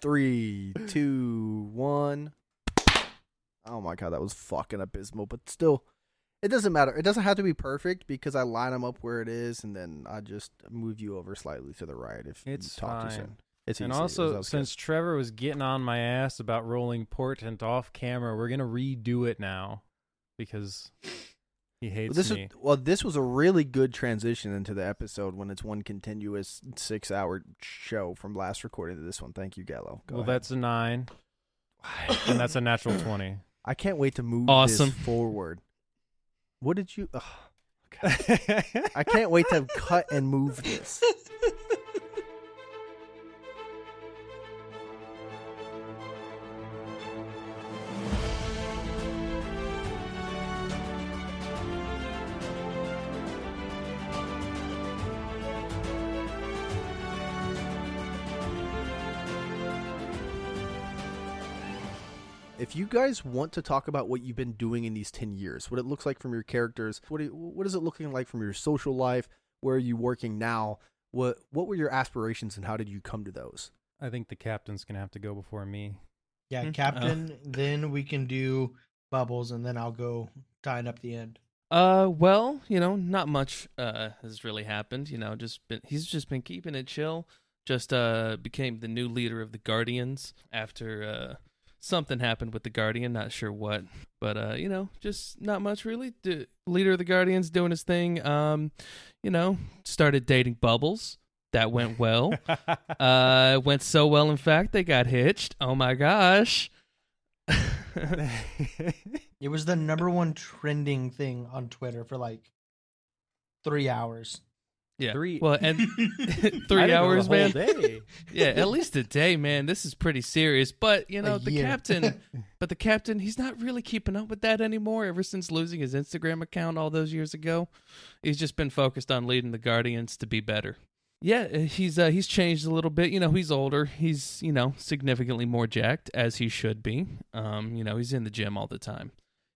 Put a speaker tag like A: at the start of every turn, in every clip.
A: three, two, one. Oh my god, that was fucking abysmal. But still, it doesn't matter. It doesn't have to be perfect because I line them up where it is, and then I just move you over slightly to the right if
B: It's
A: you talk too
B: fine.
A: soon. It's
B: and
A: easy. That
B: also,
A: was good.
B: since Trevor was getting on my ass about rolling portent off camera, we're gonna redo it now because he
A: Well,
B: hates
A: this
B: me.
A: was, well, this was a really good transition into the episode when it's one continuous six-hour show from last recording to this one. Thank you, Gallo. Go
B: well,
A: ahead.
B: that's a nine, and that's a natural twenty.
A: I can't wait to move
C: Awesome.
A: this forward. What did you? Ugh, God. I can't wait to cut and move this. If you guys want to talk about what you've been doing in these 10 years, what it looks like from your characters, what it, what is it looking like from your social life, where are you working now, what what were your aspirations and how did you come to those?
B: I think the captain's gonna have to go before me.
C: Hmm.
D: Yeah,
C: Oh.
D: Captain. Then we can do bubbles, and then I'll go tying up the end.
C: Uh, well, you know, not much uh has really happened. You know, just been he's just been keeping it chill. Just uh became the new leader of the Guardians after uh something happened with the Guardian. Not sure what, but uh you know, just not much really. The leader of the Guardians doing his thing. Um, you know, started dating Bubbles. That went
A: Oh.
C: well. uh, it went so well. In fact, they got hitched. Oh my gosh.
D: It was the number one trending thing on Twitter for like three hours.
C: yeah.
B: Three-
C: Well, and
B: I
C: three
B: didn't go the
C: hours,
B: whole
C: man.
B: day.
C: yeah, at least a day, man. This is pretty serious. But you
D: A
C: know, the
D: year.
C: captain, but the captain, he's not really keeping up with that anymore. Ever since losing his Instagram account all those years ago, he's just been focused on leading the Guardians to be better. Yeah, uh, he's uh, he's changed a little bit. You know, he's older. He's you know significantly more jacked as he should be. Um, you know, he's in the gym all the time.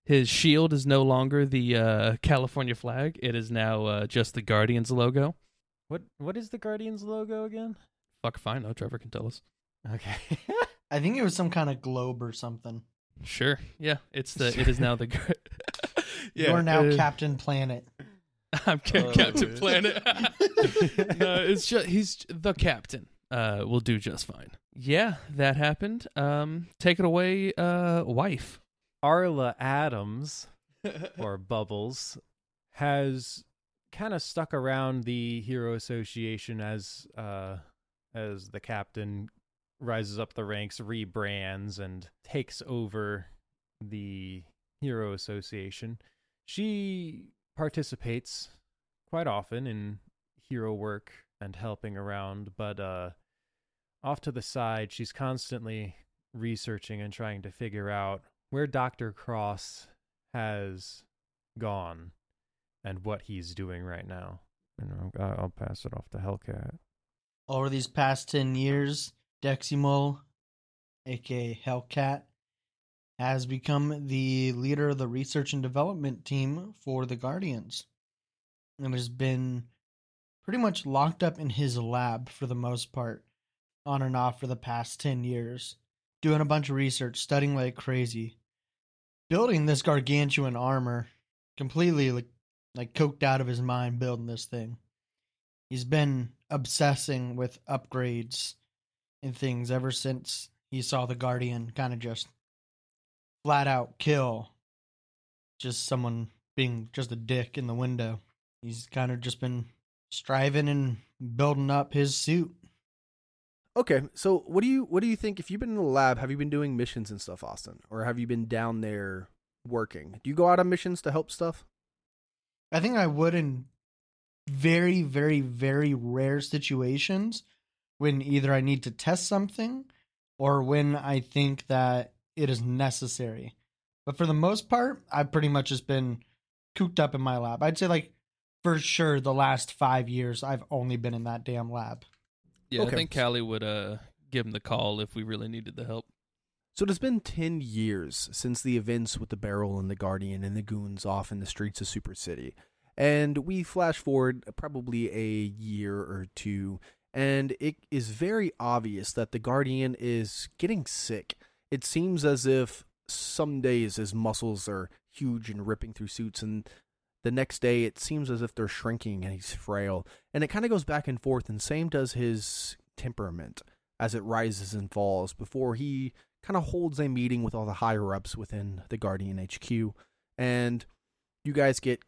C: His shield is no longer the uh, California flag. It is now uh, just the Guardians logo.
B: What What is the Guardians logo again?
C: Fuck if I know. Trevor can tell us.
B: Okay.
D: I think it was some kind of globe or something.
C: Sure. Yeah. It's the. It is now the. gr- yeah.
D: You're now
C: uh,
D: Captain Planet.
C: I'm ca-
B: Oh,
C: Captain
B: man.
C: Planet. no, it's just he's j- the captain. Uh, will do just fine. Yeah, that happened. Um, take it away, uh, wife.
B: Arla Adams or Bubbles has kind of stuck around the Hero Association as uh as the captain rises up the ranks, rebrands and takes over the Hero Association. She participates quite often in hero work and helping around, but uh off to the side, she's constantly researching and trying to figure out where Dr. Cross has gone and what he's doing right now. And I'll- I'll pass it off to Hellcat.
D: Over these past 10 years, Deximol, aka Hellcat, has become the leader of the research and development team for the Guardians and has been pretty much locked up in his lab for the most part, on and off for the past 10 years, doing a bunch of research, studying like crazy, building this gargantuan armor, completely like, like coked out of his mind building this thing he's been obsessing with upgrades and things ever since he saw the guardian kind of just flat out kill just someone being just a dick in the window he's kind of just been striving and building up his suit
A: Okay, so what do you what do you think if you've been in the lab, have you been doing missions and stuff, Austin? Or have you been down there working? Do you go out on missions to help stuff?
D: I think I would in very, very, very rare situations when either I need to test something or when I think that it is necessary. But for the most part, I've pretty much just been cooped up in my lab. I'd say, like, for sure, the last five years, I've only been in that damn lab.
C: Yeah,
A: Okay.
C: I think Callie would uh give him the call if we really needed the help.
A: So it has been 10 years since the events with the Barrel and the Guardian and the goons off in the streets of Super City. And we flash forward probably a year or two, and it is very obvious that the Guardian is getting sick. It seems as if some days his muscles are huge and ripping through suits, and the next day it seems as if they're shrinking and he's frail. And it kind of goes back and forth, and same does his temperament as it rises and falls before he kind of holds a meeting with all the higher ups within the Guardian HQ. And you guys get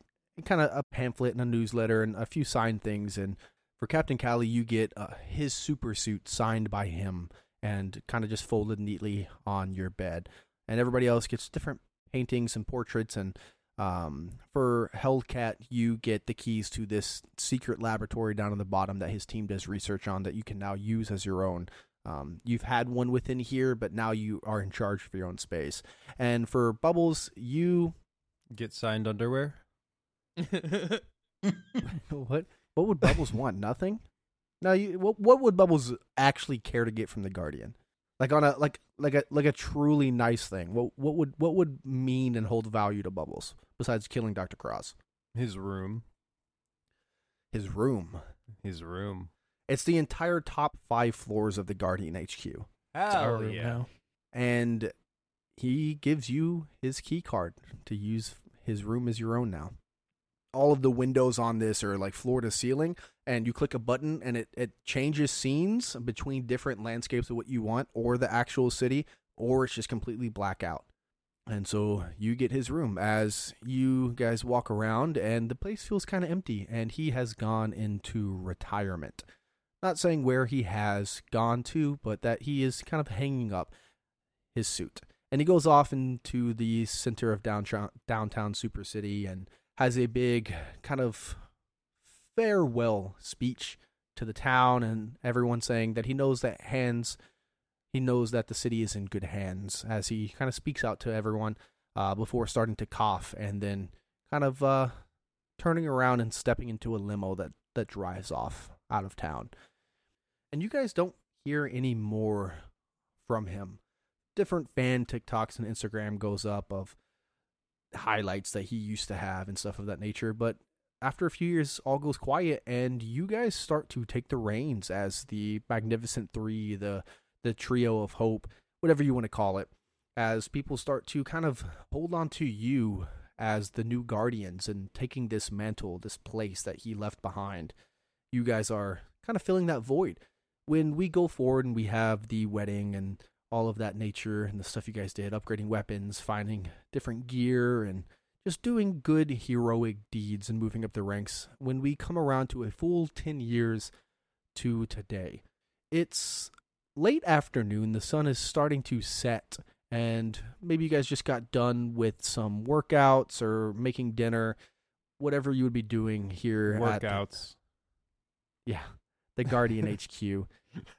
A: kind of a pamphlet and a newsletter and a few signed things. And for Captain Callie, you get uh, his super suit signed by him and kind of just folded neatly on your bed. And everybody else gets different paintings and portraits. And um, for Hellcat, you get the keys to this secret laboratory down in the bottom that his team does research on that you can now use as your own. Um, you've had one within here, but now you are in charge of your own space. And for Bubbles, you
B: Get signed underwear.
A: what what would Bubbles want? Nothing. No, you, what what would Bubbles actually care to get from the Guardian? Like on a like like a like a truly nice thing. What what would what would mean and hold value to Bubbles besides killing Doctor Cross?
B: His room.
A: His room.
B: His room.
A: It's the entire top five floors of the Guardian HQ,
D: It's our
B: Oh
D: room
B: yeah.
D: now.
A: and he gives you his key card to use his room as your own now. All of the windows on this are like floor to ceiling, and you click a button and it, it changes scenes between different landscapes of what you want or the actual city, or it's just completely blackout. And so you get his room as you guys walk around, and the place feels kind of empty, and he has gone into retirement. Not saying where he has gone to, but that he is kind of hanging up his suit. And he goes off into the center of downtown, downtown Super City and has a big kind of farewell speech to the town and everyone saying that he knows that hands, he knows that the city is in good hands as he kind of speaks out to everyone uh, before starting to cough and then kind of uh, turning around and stepping into a limo that, that drives off out of town. And you guys don't hear any more from him different fan TikToks and Instagram goes up of highlights that he used to have and stuff of that nature. But after a few years, all goes quiet, and you guys start to take the reins as the Magnificent Three, the the trio of hope, whatever you want to call it, as people start to kind of hold on to you as the new guardians and taking this mantle, this place that he left behind. You guys are kind of filling that void. When we go forward and we have the wedding and all of that nature and the stuff you guys did, upgrading weapons, finding different gear, and just doing good heroic deeds and moving up the ranks. When we come around to a full 10 years to today, it's late afternoon, the sun is starting to set, and maybe you guys just got done with some workouts or making dinner, whatever you would be doing here at the-
B: Workouts.
A: yeah, the Guardian HQ.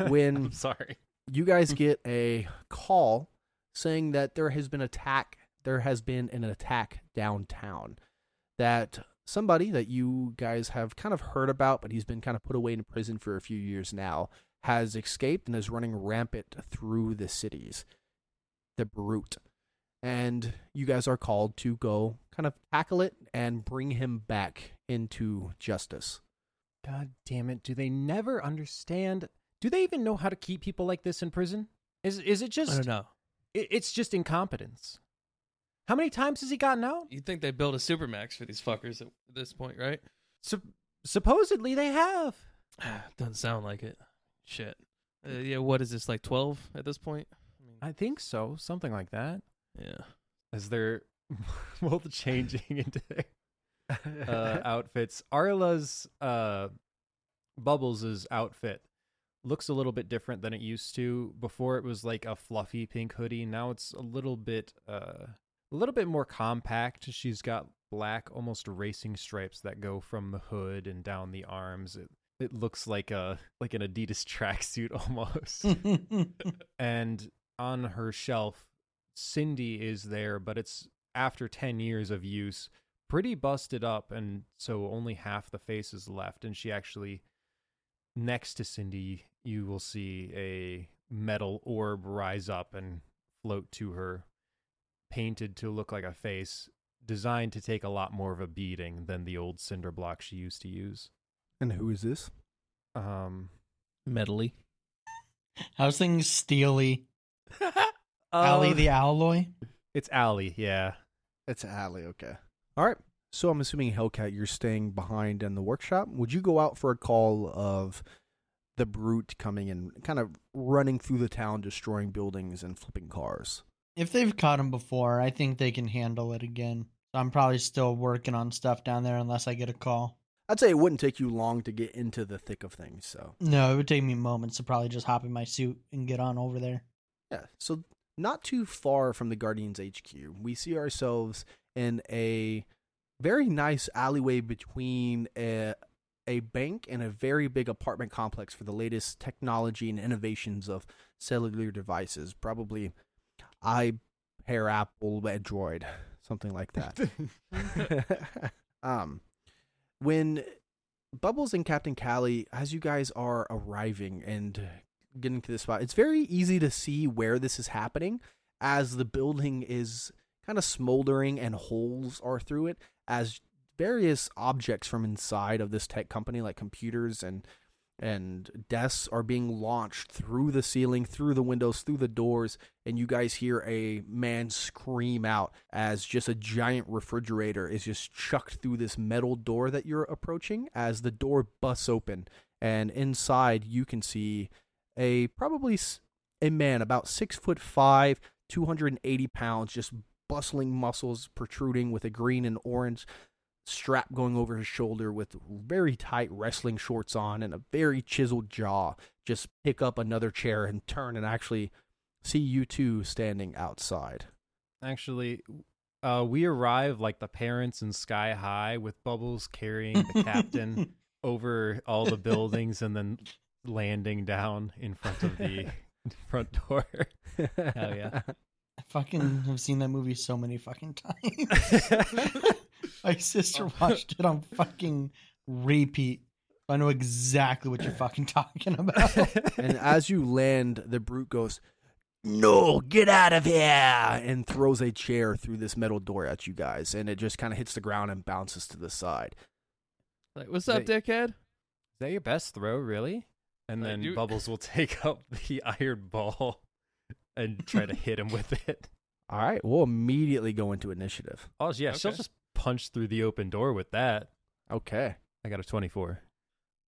A: When-
C: I'm sorry.
A: you guys get a call saying that there has been attack there has been an attack downtown that somebody that you guys have kind of heard about but he's been kind of put away in prison for a few years now has escaped and is running rampant through the cities the brute and you guys are called to go kind of tackle it and bring him back into justice
B: God damn it! Do they never understand? Do they even know how to keep people like this in prison? Is is it
C: I
B: just
C: don't know.
B: it, it's just incompetence? How many times has he gotten out?
C: You'd think they built a supermax for these fuckers at this point, right?
B: Sup- supposedly they have.
C: Ah, Doesn't sound like it. Shit. Uh, yeah, what is this, like 12 at this point? I mean,
B: I think so, something like that.
C: yeah.
B: As they're both changing into their uh, outfits, Arla's uh, Bubbles' outfit looks a little bit different than it used to. Before it was like a fluffy pink hoodie. Now it's a little bit uh, a little bit more compact. She's got black, almost racing stripes that go from the hood and down the arms. It it looks like a like an Adidas tracksuit almost. and on her shelf cindy is there but it's after 10 years of use pretty busted up and so only half the face is left and she actually next to cindy you will see a metal orb rise up and float to her painted to look like a face designed to take a lot more of a beating than the old cinder block she used to use
A: and who is this
B: um
C: Medley.
D: How's things Steely?
B: Oh,
D: Allie the Alloy?
B: it's Allie. Yeah.
A: It's Alley. Okay. All right. So I'm assuming Hellcat, you're staying behind in the workshop. Would you go out for a call of the brute coming and kind of running through the town, destroying buildings and flipping cars?
D: If they've caught him before, I think they can handle it again. I'm probably still working on stuff down there unless I get a call.
A: I'd say it wouldn't take you long to get into the thick of things. So
D: No, it would take me moments to probably just hop in my suit and get on over there.
A: yeah. So not too far from the Guardians HQ, we see ourselves in a very nice alleyway between a a bank and a very big apartment complex for the latest technology and innovations of cellular devices, probably I pair Apple Android, something like that. um, when Bubbles and Captain Callie, as you guys are arriving and getting to this spot, it's very easy to see where this is happening as the building is kind of smoldering and holes are through it as various objects from inside of this tech company like computers and and desks are being launched through the ceiling, through the windows, through the doors, and you guys hear a man scream out as just a giant refrigerator is just chucked through this metal door that you're approaching as the door busts open and inside you can see a probably s- a man about six foot five 280 pounds just bustling muscles protruding with a green and orange strap going over his shoulder with very tight wrestling shorts on and a very chiseled jaw just pick up another chair and turn and actually see you two standing outside
B: Actually, uh, we arrive like the parents in Sky High with Bubbles carrying the captain over all the buildings and then landing down in front of the front door.
A: oh
B: yeah.
D: I fucking have seen that movie so many fucking times. My sister watched it on fucking repeat. I know exactly what you're fucking talking about.
A: and as you land the brute goes no get out of here and throws a chair through this metal door at you guys and it just kind of hits the ground and bounces to the side
C: Like, what's up,
B: They-
C: dickhead?
B: Is that your best throw, really? And
C: I
B: then
C: do-
B: Bubbles will take up the iron ball and try to hit him with it.
A: all right we'll immediately go into initiative
B: Oh, yeah, she'll
C: Okay.
B: just punch through the open door with that.
A: okay
B: I got a 24.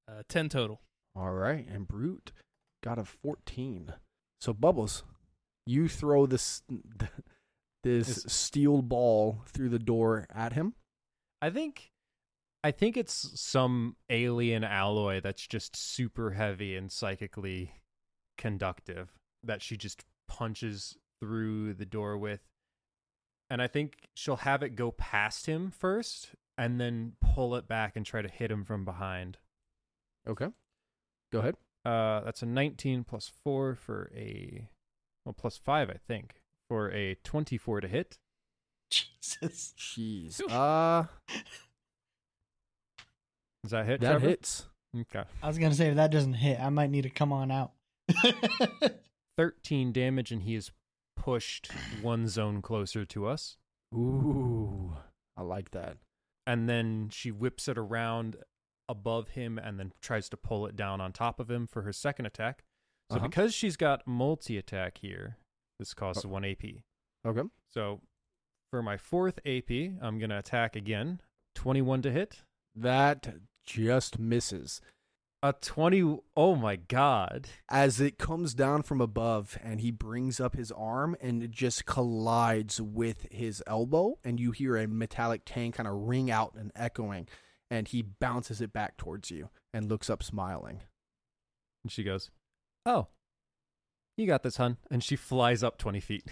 C: Uh, Ten total.
A: All right, and Brute got a 14. So Bubbles, you throw this this
B: It's-
A: steel ball through the door at him.
B: I think I think it's some alien alloy that's just super heavy and psychically conductive that she just punches through the door with. And I think she'll have it go past him first and then pull it back and try to hit him from behind.
A: Okay. Go ahead.
B: Uh that's a 19 plus 4 for a well plus 5 I think for a 24 to hit.
D: Jesus.
A: Jeez.
C: Oof.
A: Uh
B: Does that hit?
A: that
B: Trevor?
A: hits.
B: Okay.
D: I was gonna say if that doesn't hit, I might need to come on out.
B: 13 damage and he is pushed one zone closer to us
A: Ooh. I like that.
B: and then she whips it around above him and then tries to pull it down on top of him for her second attack so
A: Uh-huh.
B: because she's got multi attack here this costs
A: Oh.
B: 1 ap
A: Okay.
B: so for my fourth ap i'm going to attack again 21 to hit
A: That just misses.
B: a 20 oh my god
A: as it comes down from above and he brings up his arm and it just collides with his elbow and you hear a metallic tang kind of ring out and echoing and he bounces it back towards you and looks up smiling
B: and she goes oh you got this hun and she flies up 20 feet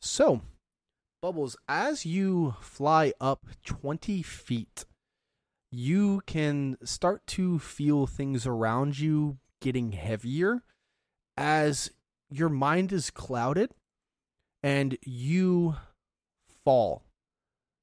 A: so bubbles as you fly up 20 feet you can start to feel things around you getting heavier as your mind is clouded and you fall.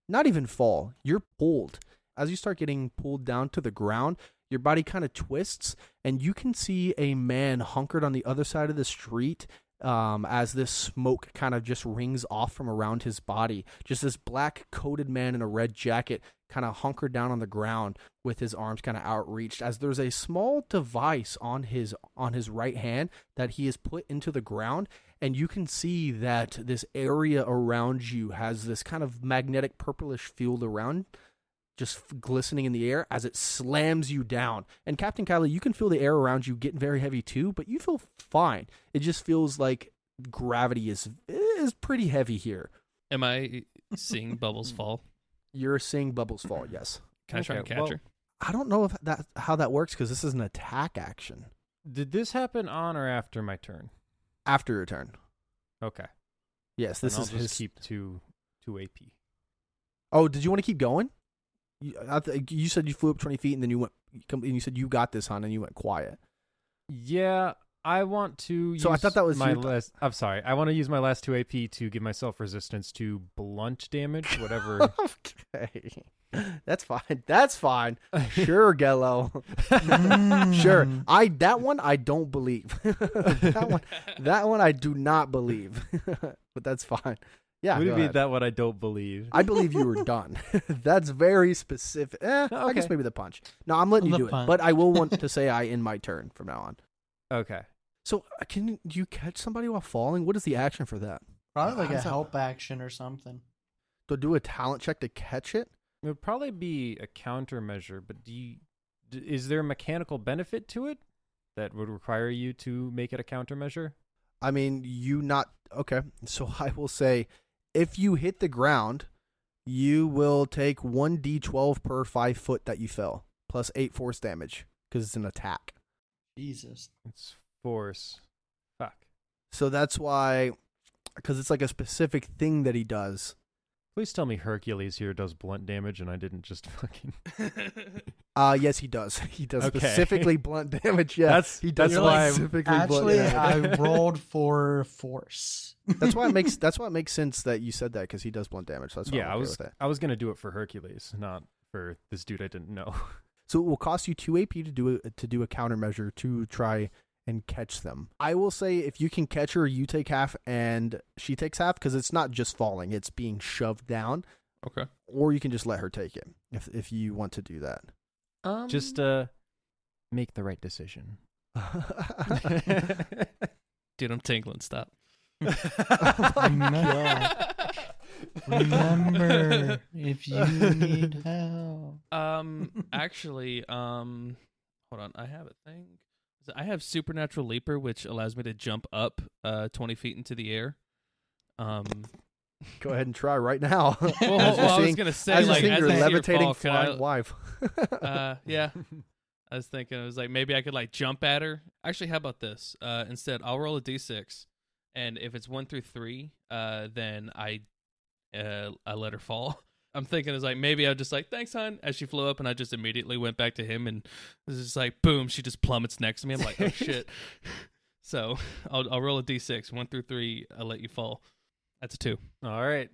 A: Not even fall, you're pulled. As you start getting pulled down to the ground, your body kind of twists, and you can see a man hunkered on the other side of the street um, as this smoke kind of just rings off from around his body. Just this black coated man in a red jacket kind of hunkered down on the ground with his arms kind of outreached as there's a small device on his on his right hand that he has put into the ground and you can see that this area around you has this kind of magnetic purplish field around just f- glistening in the air as it slams you down. And Captain Kylie, you can feel the air around you getting very heavy too, but you feel fine. It just feels like gravity is is pretty heavy here.
C: Am I seeing bubbles fall?
A: You're seeing bubbles fall. Yes.
C: Can I try
B: Okay,
C: and catch
B: well-
C: her?
A: I don't know if that how that works because this is an attack action
B: Did this happen on or after my turn?
A: after your turn.
B: Okay.
A: Yes, this
B: Then
A: is
B: I'll
A: his.
B: just keep two two AP.
A: Oh, did you want to keep going? You, I th- you said you flew up twenty feet and then you went. And you said you got this, hon, and you went quiet.
B: Yeah, I want to.
A: So I
B: use
A: thought that was
B: my
A: your-
B: last. I'm sorry. I want to use my last two AP to give myself resistance to blunt damage, whatever.
A: okay, that's fine. That's fine. Sure, Gello. sure.
B: Mm-hmm.
D: Mm.
A: I that one I don't believe. that one that one I do not believe. but that's fine. Yeah.
B: Would
A: go
B: it be
A: ahead.
B: that what I don't believe?
A: I believe you were done. that's very specific. Eh, I
B: Okay.
A: guess maybe the punch. No, I'm letting
D: The
A: you do
D: punch.
A: it. But I will want to say I end my turn from now on.
B: Okay.
A: So uh, can do you catch somebody while falling? What is the action for that?
D: Probably like
A: How's
D: a
A: that-
D: help action or something.
A: To do a talent check to catch it?
B: It would probably be a countermeasure, but do you, d- is there a mechanical benefit to it that would require you to make it a countermeasure?
A: I mean, you not okay. So I will say, if you hit the ground, you will take one d12 per five foot that you fell, plus eight force damage because it's an attack.
D: Jesus.
B: It's force. Fuck.
A: So that's why, because it's like a specific thing that he does.
B: Please tell me Hercules here does blunt damage and I didn't just fucking.
A: Uh yes, he does. He does
B: Okay.
A: specifically blunt damage. Yeah,
B: That's-
A: he does
B: that's why I'm-
A: specifically blunt
D: Actually,
A: damage.
D: I rolled for force.
A: that's why it makes that's why it makes sense that you said that because he does blunt damage. So that's why
B: yeah,
A: I'm
B: I
A: okay
B: was
A: with that.
B: I was gonna do it for Hercules, not for this dude I didn't know.
A: So it will cost you two AP to do a, to do a countermeasure to try and catch them. I will say if you can catch her, you take half and she takes half because it's not just falling; it's being shoved down.
C: Okay.
A: Or you can just let her take it if if you want to do that.
C: Um,
B: just uh, make the right decision.
C: dude, I'm tingling. Stop.
A: Oh
D: Remember, if you need help.
C: Um, actually, um, hold on. I have a thing. So I have supernatural leaper, which allows me to jump up uh twenty feet into the air. Um,
A: Go ahead and try right now.
C: well,
A: As you're
C: well, I was
A: seeing-
C: gonna say,
A: as you're
C: like,
A: seeing
C: as
A: your
C: I see her
A: levitating
C: fall, could I-
A: flying wife.
C: uh, yeah, I was thinking, I was like, maybe I could like jump at her. Actually, how about this? Uh, instead, I'll roll a d6, and if it's one through three, uh, then I, uh, I let her fall. I'm thinking is like maybe I was just like thanks, hon, as she flew up, and I just immediately went back to him, and it was just like boom, she just plummets next to me. I'm like, oh shit. So I'll I'll roll a d6, one through three. I let you fall. That's a two.
B: All right.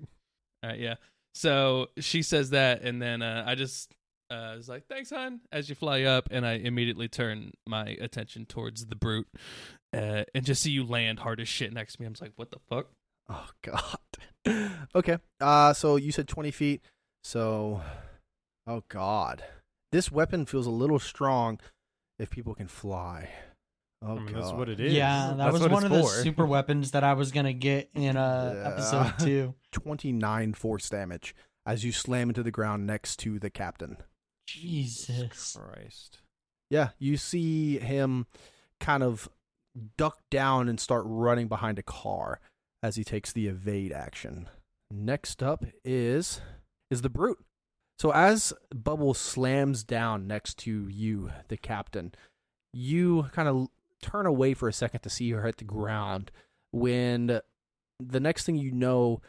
C: All right, Uh, yeah. So she says that, and then uh, I just uh, was like, "Thanks, hon." As you fly up, and I immediately turn my attention towards the brute, uh, and just see you land hard as shit next to me. I'm just like, "What the fuck?"
A: oh God. okay. Uh, so you said twenty feet. So, oh God, this weapon feels a little strong. If people can fly, oh
B: I mean,
A: God.
B: that's what it is.
D: Yeah, that
B: That's
D: was
B: what
D: one of
B: it's
D: the
B: for.
D: super weapons that I was gonna get in uh,
A: Yeah.
D: episode two.
A: 29 force damage as you slam into the ground next to the captain.
D: Jesus.
B: Christ.
A: Yeah, you see him kind of duck down and start running behind a car as he takes the evade action. Next up is is the brute. So as Bubble slams down next to you, the captain, you kind of turn away for a second to see her hit the ground when the next thing you know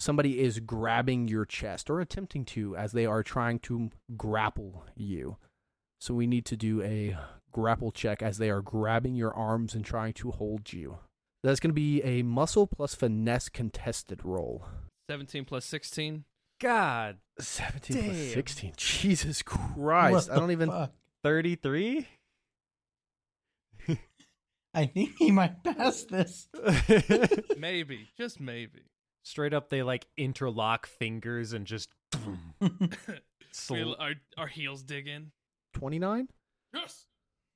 A: somebody is grabbing your chest or attempting to as they are trying to grapple you. So we need to do a grapple check as they are grabbing your arms and trying to hold you. That's going to be a muscle plus finesse contested roll.
C: Seventeen plus sixteen.
B: God.
A: 17 plus
B: Damn.
A: 16. Jesus Christ.
D: What
A: I don't
D: the
A: even.
D: fuck?
B: Thirty three.
D: I think he might pass this.
C: Maybe, just maybe.
B: Straight up, they like interlock fingers and just sl-
C: our, our heels dig in.
A: 29?
C: Yes.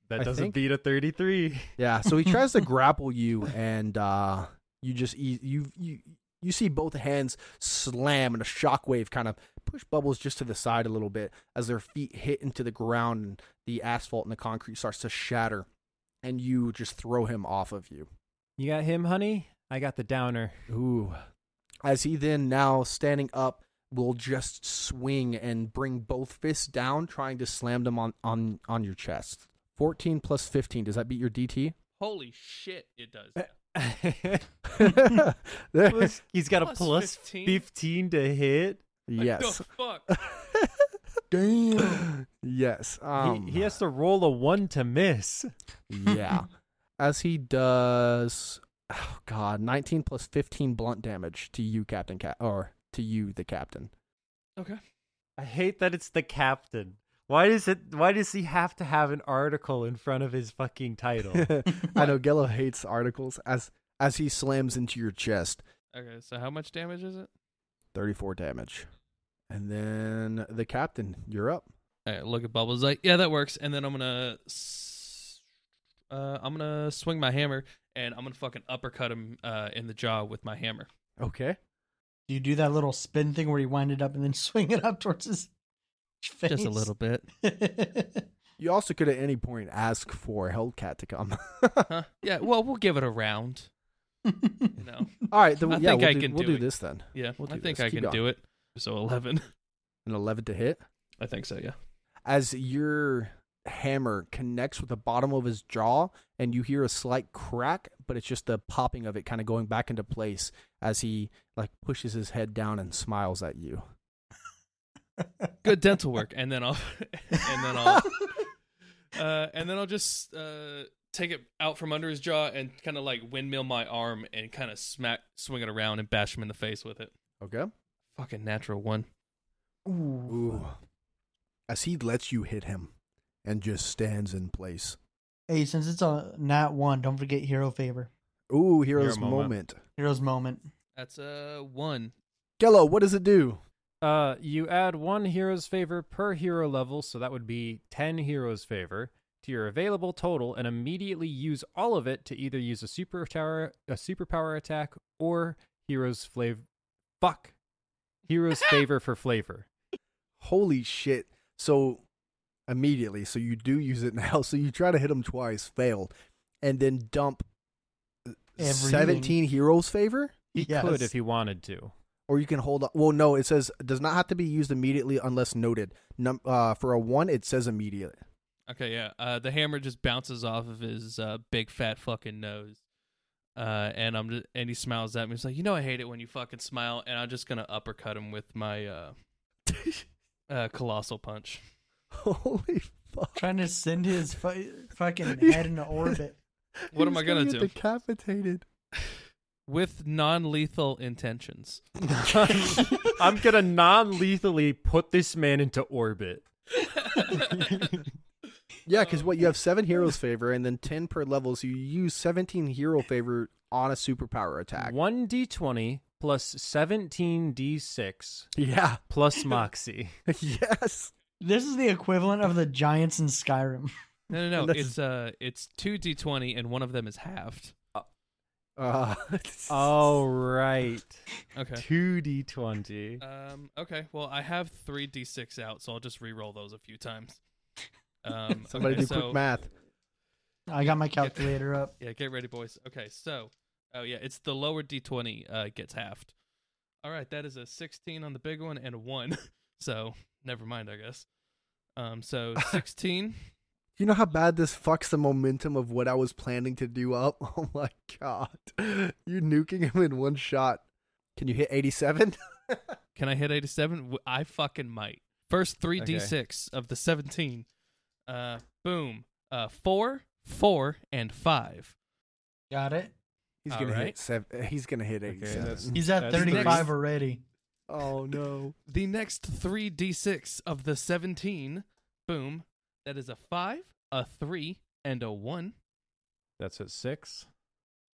B: that
A: I
B: doesn't
A: think-
B: beat a 33.
A: Yeah, so he tries to grapple you, and uh, you just you, you you you see both hands slam, and a shockwave kind of push bubbles just to the side a little bit as their feet hit into the ground, and the asphalt and the concrete starts to shatter, and you just throw him off of you.
B: You got him, honey? I got the downer.
A: Ooh. As he then now standing up will just swing and bring both fists down, trying to slam them on on on your chest. 14 plus 15. Does that beat your DT?
C: Holy shit, it does.
A: There-
B: He's got
C: Plus
B: a plus
C: 15?
B: 15. to hit.
C: What
A: yes.
C: the fuck?
A: Damn. Yes. Um,
B: he, he has to roll a one to miss.
A: yeah. As he does, oh God, 19 plus 15 blunt damage to you, Captain Cat, or to you, the captain.
C: Okay.
B: I hate that it's the captain. Why does it? Why does he have to have an article in front of his fucking title?
A: I know Gello hates articles. As as he slams into your chest,
C: Okay, so how much damage is it?
A: 34 damage. And then the captain, you're up.
C: All right, look at Bubbles like, yeah, that works. And then I'm gonna, s- uh, I'm gonna swing my hammer and I'm gonna fucking uppercut him uh, in the jaw with my hammer.
A: Okay.
D: Do you do that little spin thing where you wind it up and then swing it up towards his face?
C: Just a little bit.
D: bit.
A: You also could at any point ask for Hellcat to come.
C: Huh? Yeah. Well, we'll give it a round. You know.
A: All right, then
C: I
A: yeah,
C: think
A: we'll
C: I
A: do,
C: can
A: we'll
C: do
A: do,
C: it.
A: this then.
C: Yeah.
A: We'll
C: I
A: do
C: think
A: this.
C: I
A: Keep
C: can
A: going.
C: do it. So eleven.
A: An 11 to hit.
C: I think so. Yeah.
A: as your hammer connects with the bottom of his jaw and you hear a slight crack but it's just the popping of it kind of going back into place as he like pushes his head down and smiles at you
C: Good dental work. And then I'll, and then I'll, uh, and then I'll just uh, take it out from under his jaw and kind of like windmill my arm and kind of smack, swing it around and bash him in the face with it.
A: okay
C: Fucking natural one.
A: Ooh. as he lets you hit him and just stands in place
D: Hey, since it's a nat one, don't forget hero favor,
A: ooh hero's
B: Hero moment.
A: moment.
D: hero's moment.
C: That's a one.
A: gello what does it do
B: Uh, you add one hero's favor per hero level, so that would be 10 heroes' favor to your available total, and immediately use all of it to either use a superpower, a superpower attack, or hero's flavor. Fuck, hero's favor for flavor.
A: holy shit so immediately so you do use it now so you try to hit him twice fail and then dump
D: Everything.
A: 17 heroes favor
B: He
D: Yes.
B: could if he wanted to.
A: or you can hold up. Well, no, it says does not have to be used immediately unless noted. Num- uh, for a one, it says immediate.
C: Okay, yeah. Uh, the hammer just bounces off of his uh, big fat fucking nose, uh, and I'm just, and he smiles at me. He's like, you know, I hate it when you fucking smile, and I'm just gonna uppercut him with my uh, uh, colossal punch.
A: Holy fuck!
D: Trying to send his fu- fucking head into orbit.
C: What am I gonna
A: get
C: do?
A: Decapitated.
C: With non-lethal intentions.
B: I'm gonna non-lethally put this man into orbit.
A: Yeah, because what you have seven heroes favor and then ten per level, so you use seventeen hero favor on a superpower attack.
B: One d20 plus 17 d6
A: Yeah.
B: plus moxie.
A: yes.
D: This is the equivalent of the giants in Skyrim.
C: No, no, no.
A: That's-
C: It's uh, it's two d20, and one of them is halved.
A: Uh,
B: All right.
C: Okay.
B: 2d20.
C: Um. Okay. Well, I have three d6 out, so I'll just re-roll those a few times. Um.
A: Somebody
C: okay,
A: do
C: so-
A: quick math.
D: I got my calculator up.
C: Yeah, get ready, boys. Okay, so oh yeah, it's the lower D twenty uh gets halved. All right, that is a sixteen on the big one and a one. So never mind, I guess. Um, so sixteen.
A: You know how bad this fucks the momentum of what I was planning to do up? Oh my god. You're nuking him in one shot. Can you hit 87?
C: Can I hit eighty seven? I fucking might. First three
B: Okay.
C: D six of the seventeen. Uh, boom. Uh, four, four, and five.
D: Got it.
A: He's
C: All
A: gonna
C: right.
A: hit seven. He's gonna hit
B: Okay,
A: eighty-seven.
B: that's-
D: He's at
B: That's
C: the
D: 35
C: reason-
D: already.
A: oh no!
C: The next three D six of the seventeen. Boom. That is a five, a three, and a one.
B: That's at 6.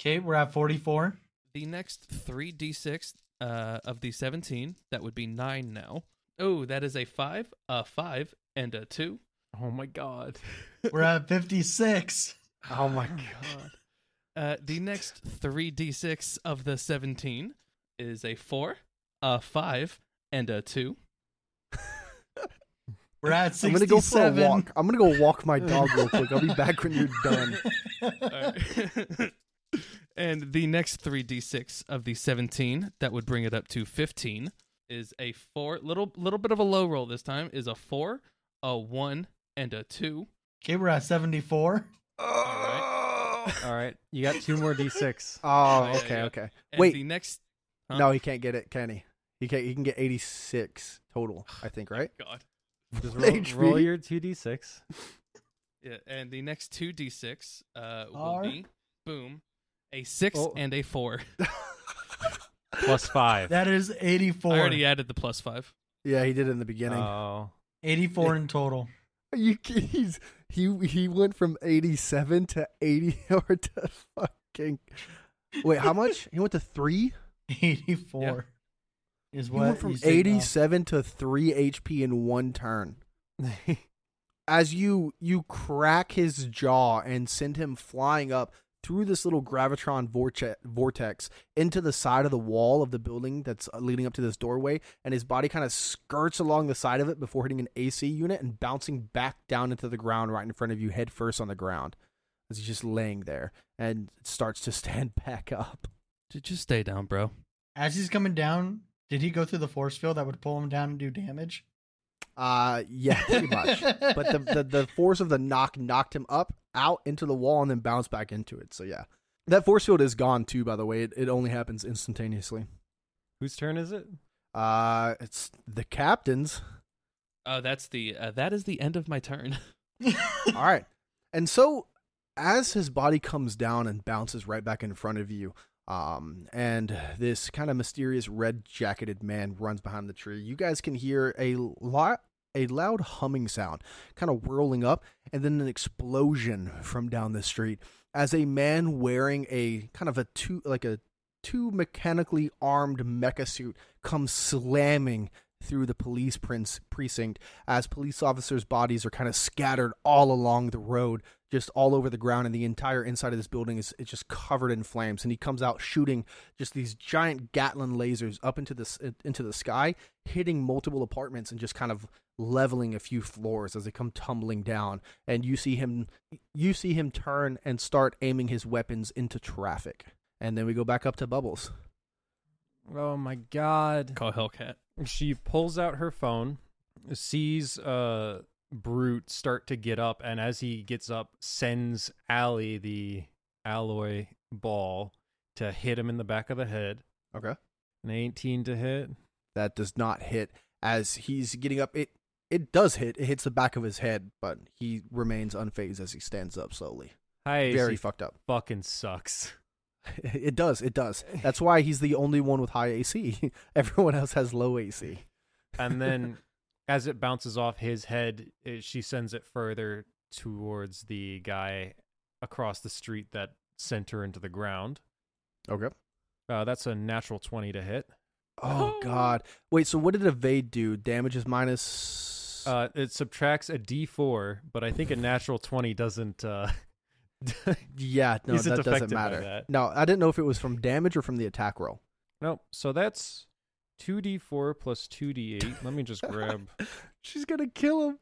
D: Okay, we're at 44.
C: the next 3d6 uh, of the 17 that would be 9 now Oh, that is a five, a five, and a two.
B: Oh my god.
D: We're at 56.
B: Oh my god.
C: Uh, the next three d6 of the 17 is a four, a five, and a two.
D: We're at
A: I'm gonna go for a
D: 67.
A: walk. I'm gonna go walk my dog real quick. I'll be back when you're done.
C: Alright. and the next three d6 of the 17 that would bring it up to 15 is a four. Little little bit of a low roll this time is a four, a one, and a two.
D: Okay, we're at 74.
B: All right. You got two more d6.
A: Oh,
C: yeah,
A: okay,
C: yeah.
A: okay.
C: And
A: Wait.
C: the next huh?
A: No, he can't get it, can he? He can. He can get 86 total, I think. Right?
C: God.
B: Just
A: HP.
B: roll, roll your two d6.
C: Yeah, and the next two d6 uh, will
D: Are-
C: be boom, a six
B: Oh.
C: and a four.
B: Plus 5.
D: That is 84.
C: I already uh, added the plus five.
A: Yeah, he did it in the beginning.
B: Oh.
D: 84 in total.
A: you, he's, he he went from 87 to 80 or to fucking. Wait, how much? He went to three.
D: 84 is
A: he
D: what
A: went from
D: you said, uh,
A: 87 to three HP in one turn. as you you crack his jaw and send him flying up through this little gravitron vortex, vortex into the side of the wall of the building that's uh, leading up to this doorway and his body kind of skirts along the side of it before hitting an AC unit and bouncing back down into the ground right in front of you head first on the ground as he's just laying there and starts to stand back up
C: Ju- Just stay down, bro.
D: As he's coming down, did he go through the force field that would pull him down and do damage?
A: uh yeah pretty much but the, the the force of the knock knocked him up out into the wall and then bounced back into it. So yeah, that force field is gone too. By the way, it, it only happens instantaneously.
B: Whose turn is it?
A: Uh, it's the captain's.
C: Oh, that's the uh, that is the end of my turn.
A: All right, and so as his body comes down and bounces right back in front of you. Um, and this kind of mysterious red jacketed man runs behind the tree. You guys can hear a lot, a loud humming sound kind of whirling up and then an explosion from down the street as a man wearing a kind of a two like a two mechanically armed mecha suit comes slamming through the police prince precinct as police officers bodies are kind of scattered all along the road just all over the ground and the entire inside of this building is it's just covered in flames and he comes out shooting just these giant gatlin lasers up into this into the sky hitting multiple apartments and just kind of leveling a few floors as they come tumbling down and you see him you see him turn and start aiming his weapons into traffic and then we go back up to bubbles
B: Oh my god.
C: Call Hellcat.
B: she pulls out her phone, sees uh Brute start to get up, and as he gets up, sends Allie the alloy ball to hit him in the back of the head.
A: okay
B: An 18 to hit.
A: that does not hit as he's getting up it it does hit it hits the back of his head but he remains unfazed as he stands up slowly
B: Hi,
A: very
B: Very
A: fucked up
B: fucking sucks.
A: it does it does that's why he's the only one with high ac everyone else has low ac
B: And then as it bounces off his head, it, she sends it further towards the guy across the street that sent her into the ground.
A: okay
B: Uh, that's a natural 20 to hit.
A: oh god wait so what did evade do damage is minus
B: Uh, it subtracts a D4, but I think a natural 20 doesn't. Uh,
A: yeah no
B: isn't
A: that doesn't
B: affected by
A: matter
B: that.
A: no i didn't know if it was from damage or from the attack roll
B: nope. So that's 2D4 plus 2D8. Let me just grab.
A: she's gonna kill him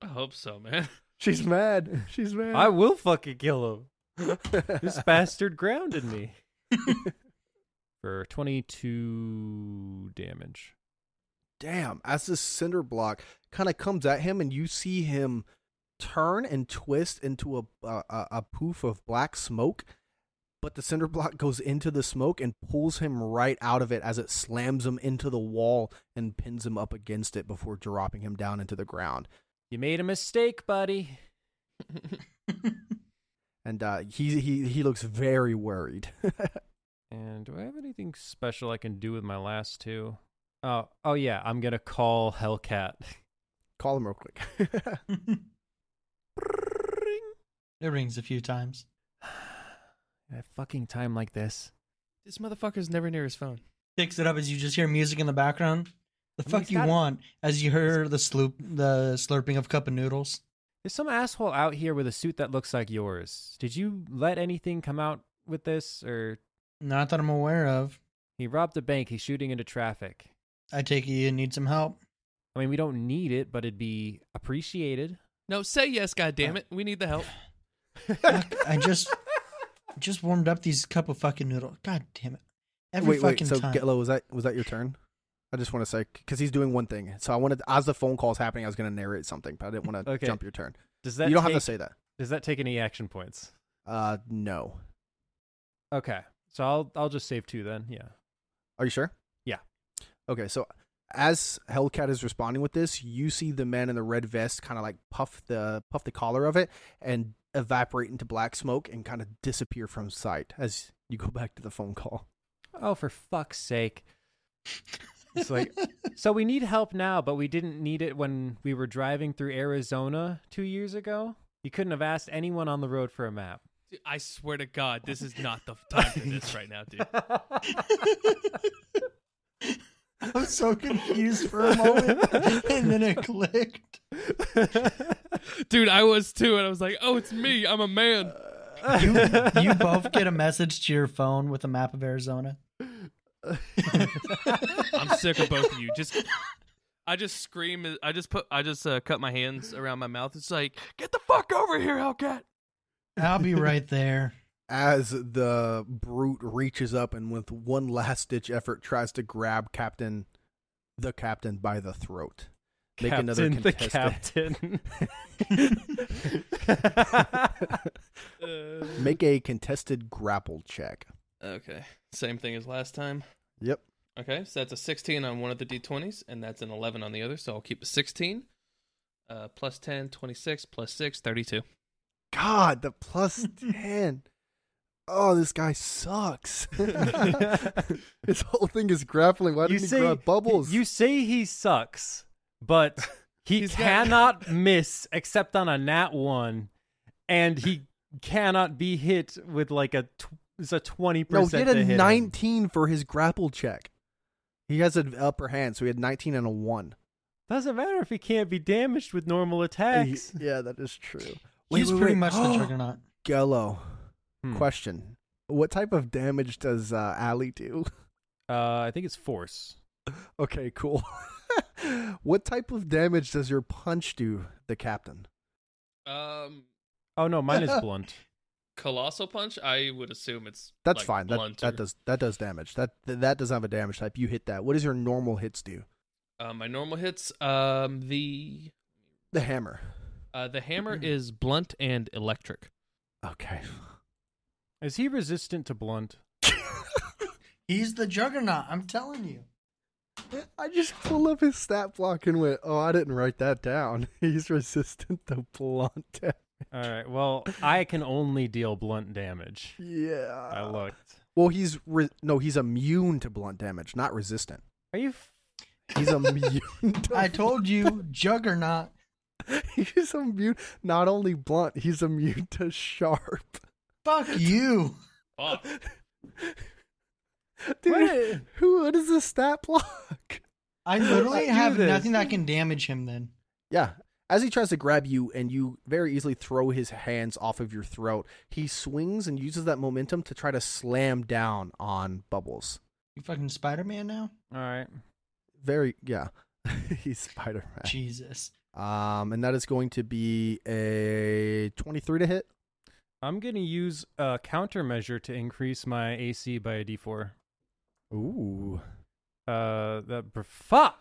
C: I hope so, man.
A: she's mad she's mad
B: I will fucking kill him. This bastard grounded me for 22 damage.
A: damn as this cinder block kind of comes at him and you see him turn and twist into a, a a a poof of black smoke but the cinder block goes into the smoke and pulls him right out of it as it slams him into the wall and pins him up against it before dropping him down into the ground
B: You made a mistake, buddy.
A: and uh he he he looks very worried
B: And do I have anything special I can do with my last two? Oh, oh yeah, I'm gonna call Hellcat.
A: call him real quick
D: it rings a few times.
B: At fucking time like this.
C: this motherfucker's never near his phone.
D: Picks it up as you just hear music in the background. The
B: I mean,
D: fuck
B: he's
D: you
B: gotta-
D: want as you hear the sloop the slurping of cup of noodles.
B: There's some asshole out here with a suit that looks like yours. Did you let anything come out with this? Or
D: Not that I'm aware of.
B: he robbed a bank, he's shooting into traffic.
D: I take it you need some help.
B: I mean, we don't need it, but it'd be appreciated.
C: No, say yes, goddamn it. We need the help.
D: Fuck, I just just warmed up these cup of fucking noodles. God damn it. Every
A: wait,
D: fucking
A: wait. So
D: time.
A: Getlow, was that was that your turn? I just want to say because he's doing one thing. So I wanted as the phone call's happening, I was going to narrate something, but I didn't want to
B: Okay.
A: jump your turn.
B: Does
A: You
B: that
A: don't have
B: take,
A: to say that.
B: Does that take any action points?
A: Uh, no.
B: Okay, so I'll I'll just save two then. Yeah.
A: Are you sure?
B: Yeah.
A: Okay, so as Hellcat is responding with this, you see the man in the red vest kind of like puff the puff the collar of it and evaporate into black smoke and kind of disappear from sight as you go back to the phone call.
B: Oh, for fuck's sake! It's like so we need help now, but we didn't need it when we were driving through Arizona two years ago. You couldn't have asked anyone on the road for a map.
C: Dude, I swear to God, this is not the time for this right now, dude.
D: I'm so confused for a moment. and then it clicked.
C: Dude, I was too, and I was like, oh, it's me. I'm a man.
D: You you both get a message to your phone with a map of Arizona.
C: I'm sick of both of you. Just, I just scream. I just put, I just uh, cut my hands around my mouth. It's like, get the fuck over here, Hellcat.
D: I'll be right there.
A: As the brute reaches up and with one last ditch effort tries to grab Captain the Captain by the throat. Make another
B: Captain the
A: contested-
B: captain.
C: Uh,
A: Make a contested grapple check.
C: okay, same thing as last time.
A: Yep.
C: Okay, so that's a 16 on one of the d20s, and that's an 11 on the other, so I'll keep a 16. Uh, plus 10, 26, plus 6, 32.
A: God, the plus 10. Oh, this guy sucks. His whole thing is grappling. Why
B: you
A: didn't he
B: say
A: grab bubbles?
B: You say he sucks, but he
C: He's got-
B: cannot miss except on a nat one, and he cannot be hit with like a tw- it's a twenty
A: no,
B: percent.
A: he had a 19 for his grapple check. He has an upper hand, so he had 19 and a 1.
B: Doesn't matter if he can't be damaged with normal attacks.
A: Yeah, that is true.
D: He's pretty much the juggernaut.
A: Gello,
B: Hmm.
A: question. What type of damage does uh, Ali do?
B: Uh, I think it's force.
A: Okay, cool. what type of damage does your punch do, the captain?
C: Um,
B: Oh no, mine is blunt.
C: Colossal Punch, I would assume it's.
A: That's
C: like,
A: fine. That,
C: blunter.
A: that does that does damage. That that doesn't have a damage type. You hit that. What does your normal hits do?
C: Uh, my normal hits, um, the.
A: The hammer.
C: Uh, the hammer is blunt and electric.
A: Okay.
B: Is he resistant to blunt?
D: He's the juggernaut, I'm telling you.
A: I just pulled up his stat block and went, "Oh, I didn't write that down." He's resistant to blunt. damage.
B: All right. Well, I can only deal blunt damage.
A: Yeah.
B: I looked.
A: Well, he's re- no, he's immune to blunt damage, not resistant.
B: Are you? F-
A: He's immune. to
D: I told you, juggernaut.
A: he's immune. Not only blunt, he's immune to sharp.
D: Fuck you.
C: Oh,
A: Dude,
B: What?
A: who? What is this stat block?
D: I
B: I
D: literally
B: do
D: have
B: this.
D: nothing that can damage him then.
A: Yeah. As he tries to grab you and you very easily throw his hands off of your throat, he swings and uses that momentum to try to slam down on Bubbles.
D: You fucking Spider Man now?
B: All right.
A: Very, yeah. He's Spider Man.
D: Jesus.
A: Um, and that is going to be a 23 to hit.
B: I'm gonna use a countermeasure to increase my AC by a D4.
A: Ooh.
B: Uh, that br- fuck.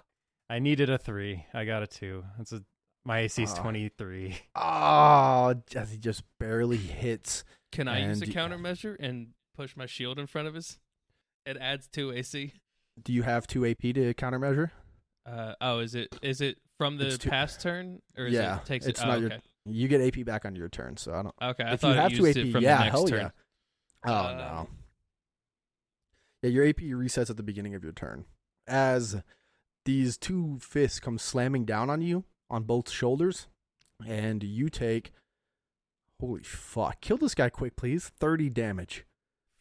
B: I needed a three. I got a two. That's a my AC is
A: Ah.
B: 23.
A: Oh, as he just barely hits.
C: can I use a
A: And you-
C: countermeasure and push my shield in front of us? It adds 2 AC.
A: Do you have 2 AP to countermeasure?
C: Uh, oh, is it is it from the
A: It's two-
C: past turn or is
A: Yeah,
C: it takes
A: it's
C: it? oh,
A: not your-
C: okay.
A: You get AP back on your turn, so I don't.
C: Okay, I
A: if you
C: thought
A: have
C: it
A: to AP,
C: used it from
A: yeah,
C: the next
A: hell
C: turn.
A: yeah. Oh
C: Uh,
A: no. Yeah, your AP resets at the beginning of your turn. As these two fists come slamming down on you on both shoulders, and you take holy fuck. Kill this guy quick, please. 30 damage.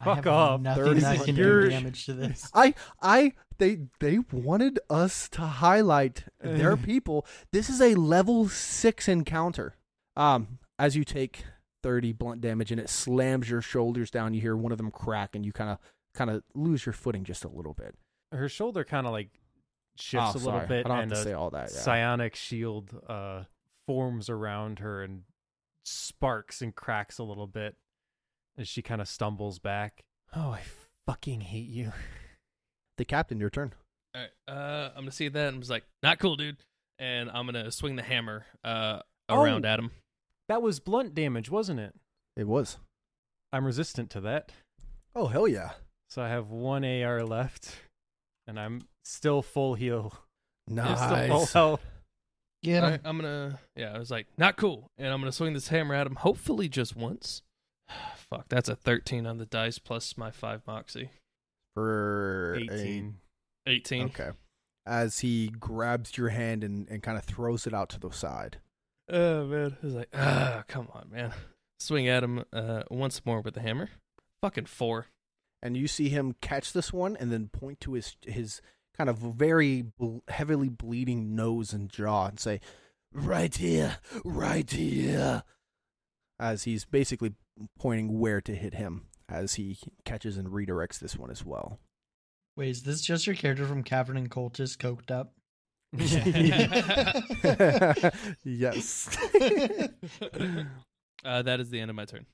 B: Fuck off.
D: Nothing
A: 30
D: that can do
B: years.
D: damage to this.
A: I I they they wanted us to highlight their people. This is a level 6 encounter. Um as you take 30 blunt damage and it slams your shoulders down, you hear one of them crack and you kind of kind of lose your footing just a little bit.
B: Her shoulder kind of like shifts
A: Oh,
B: a little
A: sorry.
B: bit,
A: I don't have
B: and
A: to
B: a
A: say all that. Yeah.
B: psionic shield uh, forms around her and sparks and cracks a little bit as she kind of stumbles back. Oh, I fucking hate you.
A: the captain, your turn.
C: All right, uh, I'm gonna see that. and I'm just like, not cool, dude. And I'm gonna swing the hammer uh, around
B: Oh.
C: at him.
B: That was blunt damage, wasn't it?
A: It was.
B: I'm resistant to that.
A: Oh hell yeah.
B: So I have one AR left, and I'm still full heal. I'm still full
A: Nice.
B: health.
D: Get
C: All
D: 'em.
C: right, I'm gonna. Yeah, I was like, not cool. And I'm gonna swing this hammer at him. Hopefully, just once. Fuck, that's a 13 on the dice plus my five moxie.
A: For a-
B: 18.
C: 18.
A: Okay. As he grabs your hand and, and kind of throws it out to the side.
C: Oh man, I was like, ah, come on, man. Swing at him uh, once more with the hammer. Fucking four.
A: and you see him catch this one and then point to his his kind of very bl- heavily bleeding nose and jaw and say right here right here as he's basically pointing where to hit him as he catches and redirects this one as well
D: Wait, is this just your character from Cavern and Cultist coked up?
C: Uh,
A: yes
C: uh, that is the end of my turn.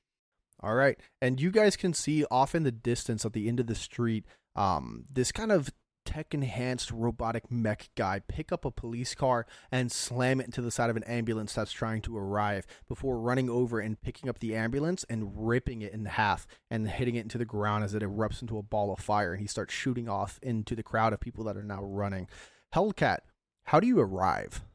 A: All right. And you guys can see off in the distance at the end of the street, um, this kind of tech enhanced robotic mech guy pick up a police car and slam it into the side of an ambulance that's trying to arrive before running over and picking up the ambulance and ripping it in half and hitting it into the ground as it erupts into a ball of fire and he starts shooting off into the crowd of people that are now running. Hellcat, how do you arrive?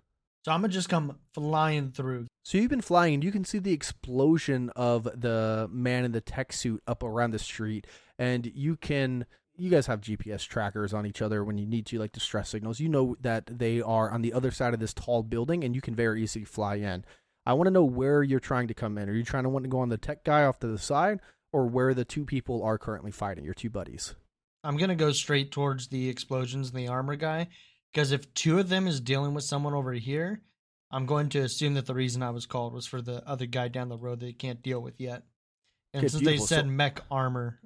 D: So I'm gonna just come flying through.
A: So you've been flying, and you can see the explosion of the man in the tech suit up around the street, and you can. You guys have GPS trackers on each other when you need to, like distress signals. You know that they are on the other side of this tall building, and you can very easily fly in. I want to know where you're trying to come in. Are you trying to want to go on the tech guy off to the side, or where the two people are currently fighting, your two buddies?
D: I'm gonna go straight towards the explosions and the armor guy, because if two of them is dealing with someone over here, I'm going to assume that the reason I was called was for the other guy down the road that they can't deal with yet. And
A: Okay,
D: since
A: beautiful.
D: they said
A: So-
D: mech armor,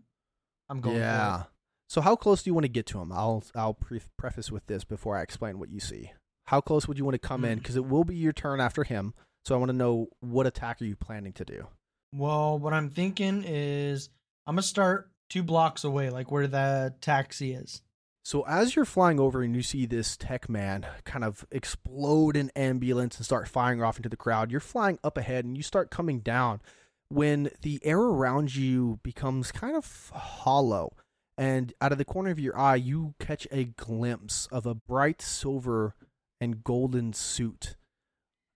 D: I'm going. for it.
A: yeah. So how close do you want to get to him? I'll I'll pre- preface with this before I explain what you see. How close would you want to come in?
D: Hmm.
A: Because it will be your turn after him. So I want to know what attack are you planning to do?
D: Well, what I'm thinking is I'm gonna start two blocks away, like where the taxi is.
A: So as you're flying over and you see this tech man kind of explode an ambulance and start firing off into the crowd, you're flying up ahead and you start coming down when the air around you becomes kind of hollow. And out of the corner of your eye, you catch a glimpse of a bright silver and golden suit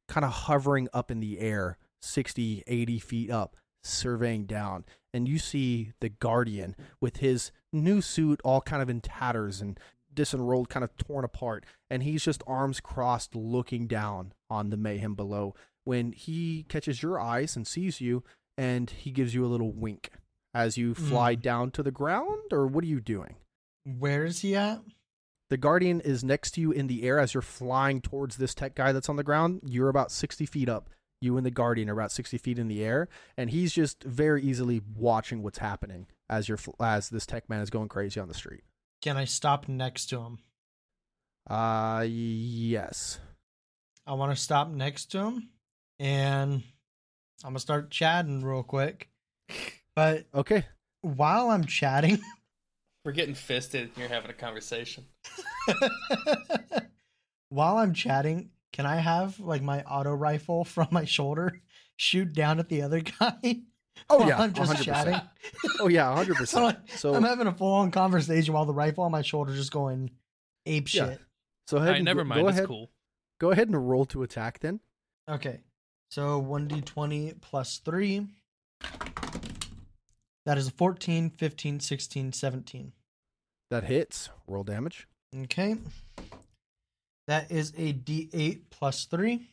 A: kind of hovering up in the air, 60, 80 feet up, surveying down. And you see the Guardian with his new suit all kind of in tatters and disenrolled, kind of torn apart. And he's just arms crossed, looking down on the mayhem below when he catches your eyes and sees you, and he gives you a little wink as you fly
D: Mm.
A: down to the ground. Or what are you doing?
D: Where is he at?
A: The Guardian is next to you in the air as you're flying towards this tech guy that's on the ground. You're about 60 feet up. You and the Guardian are about 60 feet in the air, and he's just very easily watching what's happening as you're, fl- as this tech man is going crazy on the street.
D: Can I stop next to him?
A: Uh yes.
D: I want to stop next to him and I'm going to start chatting real quick. But
A: Okay.
D: while I'm chatting,
C: We're getting fisted and you're having a conversation.
D: while I'm chatting, can I have like my auto rifle from my shoulder shoot down at the other guy?
A: Oh
D: while
A: yeah.
D: I'm just
A: 100%.
D: chatting.
A: Oh yeah, 100%.
D: So I'm-
A: So
D: I'm having a full on conversation while the rifle on my shoulder just going ape
A: Yeah.
D: shit.
A: so
C: All
A: ahead
C: right,
A: and
C: never
A: go-
C: mind.
A: Go
C: It's
A: ahead,
C: cool.
A: go ahead and roll to attack then.
D: Okay. So 1d20 plus 3. That is 14, 15, 16, 17.
A: That hits. Roll damage.
D: Okay. That is a d8 plus 3.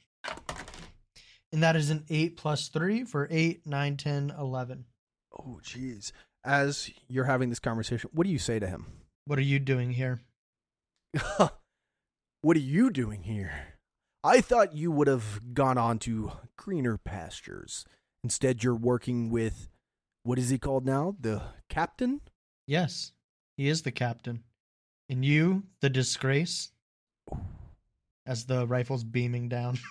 D: And that is an 8 plus 3 for 8, 9, 10, 11.
A: Oh jeez. as you're having this conversation, what do you say to him?
D: What are you doing here?
A: what are you doing here? I thought you would have gone on to greener pastures. Instead, you're working with what is he called now? The captain?
D: Yes, he is the captain. And you, the disgrace. As the rifle's beaming down.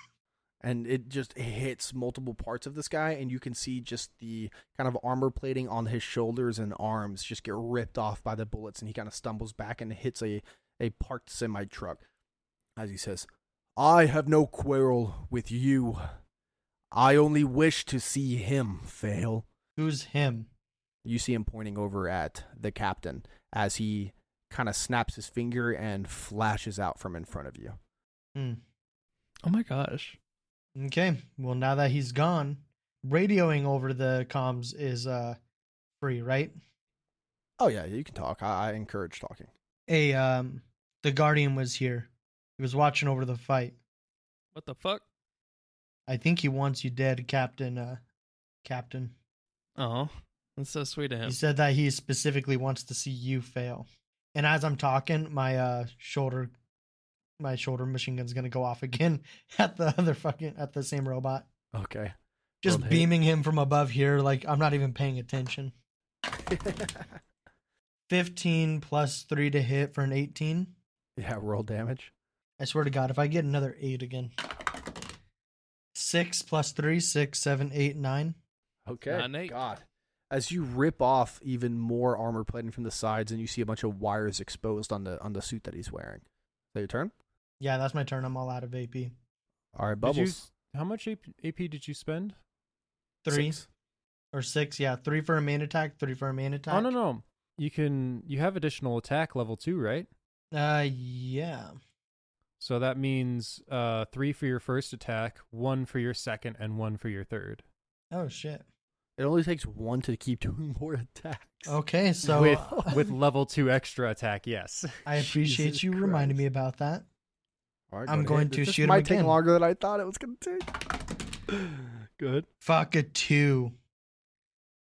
A: And it just hits multiple parts of this guy, and you can see just the kind of armor plating on his shoulders and arms just get ripped off by the bullets, and he kind of stumbles back and hits a, a parked semi truck as he says, I have no quarrel with you. I only wish to see him fail.
D: Who's him?
A: You see him pointing over at the captain as he kind of snaps his finger and flashes out from in front of you.
D: Hmm.
C: Oh my gosh.
D: Okay. Well, now that he's gone, radioing over the comms is uh free, right?
A: Oh, yeah, you can talk. I, I encourage talking.
D: A um the guardian was here. He was watching over the fight.
C: What the fuck?
D: I think he wants you dead, Captain uh Captain.
C: Oh, that's so sweet of him.
D: He said that he specifically wants to see you fail. And as I'm talking, my uh shoulder my shoulder machine gun's gonna go off again at the other fucking at the same robot.
A: Okay.
D: Just
B: Don't hate.
D: beaming him from above here, like I'm not even paying attention. Fifteen plus three to hit for an eighteen.
A: yeah, roll damage.
D: I swear to God, if I get another eight again. Six plus three, six, seven, eight, nine.
A: Okay.
C: Nine, eight.
A: God. As you rip off even more armor plating from the sides, and you see a bunch of wires exposed on the on the suit that he's wearing. Is that your turn?
D: Yeah, that's my turn. I'm all out of AP. Three.
A: All right,
B: Did you
A: bubbles.
B: s- how much AP, AP did you spend?
A: Six.
D: or six. Yeah, three for a main attack, three for a main attack.
B: Oh no no. You can you have additional attack level two, right?
D: no. Uh, yeah.
B: So that means uh three for your first attack, one for your second, and one for your third.
D: Oh, shit.
A: It only takes one to keep doing more attacks.
D: Okay, so
B: with
D: uh,
B: with level two extra attack, yes.
D: I appreciate
A: Jesus
D: you reminding
A: Christ.
D: me about that.
A: All right,
D: I'm
A: go
D: going
A: ahead.
D: to
A: this
D: shoot him
A: might take
D: again.
A: longer than I thought it was going to take. Good.
D: Fuck a two.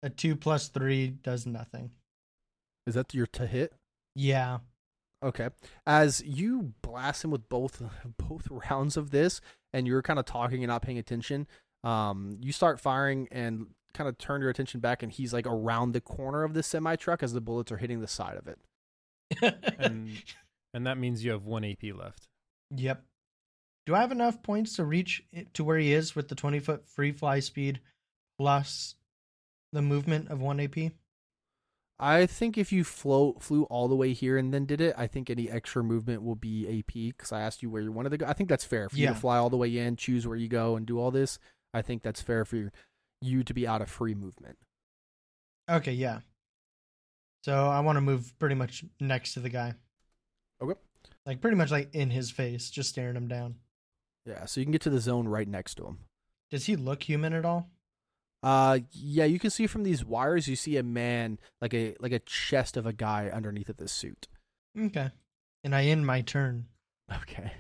D: A two plus three does nothing.
A: Is that your to hit?
D: Yeah.
A: Okay. As you blast him with both both rounds of this, and you're kind of talking and not paying attention, um, you start firing and kind of turn your attention back, and he's like around the corner of the semi truck as the bullets are hitting the side of it.
B: And and that means you have one AP left.
D: Yep. Do I have enough points to reach it to where he is with the 20 foot free fly speed plus the movement of 1 AP?
A: I think if you float flew all the way here and then did it, I think any extra movement will be AP because I asked you where you wanted to go. I think that's fair for you
D: Yeah.
A: to fly all the way in, choose where you go, and do all this. I think that's fair for your- you to be out of free movement.
D: Okay, yeah. So I want to move pretty much next to the guy.
A: Okay.
D: Like pretty much like in his face, just staring him down.
A: Yeah, so you can get to the zone right next to him.
D: Does he look human at all?
A: Uh, yeah, you can see from these wires, you see a man like a like a chest of a guy underneath of this suit.
D: Okay. And I end my turn.
A: Okay,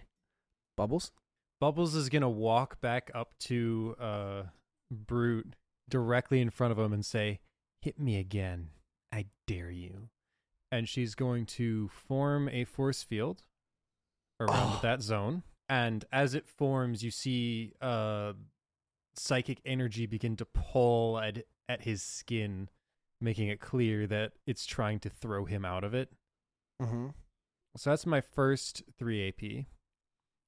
A: bubbles.
B: Bubbles is gonna walk back up to uh Brute directly in front of him and say, Hit me again. I dare you. And she's going to form a force field around
A: Oh.
B: that zone. And as it forms, you see uh psychic energy begin to pull at at his skin, making it clear that it's trying to throw him out of it.
A: Mm-hmm.
B: So that's my first 3 AP.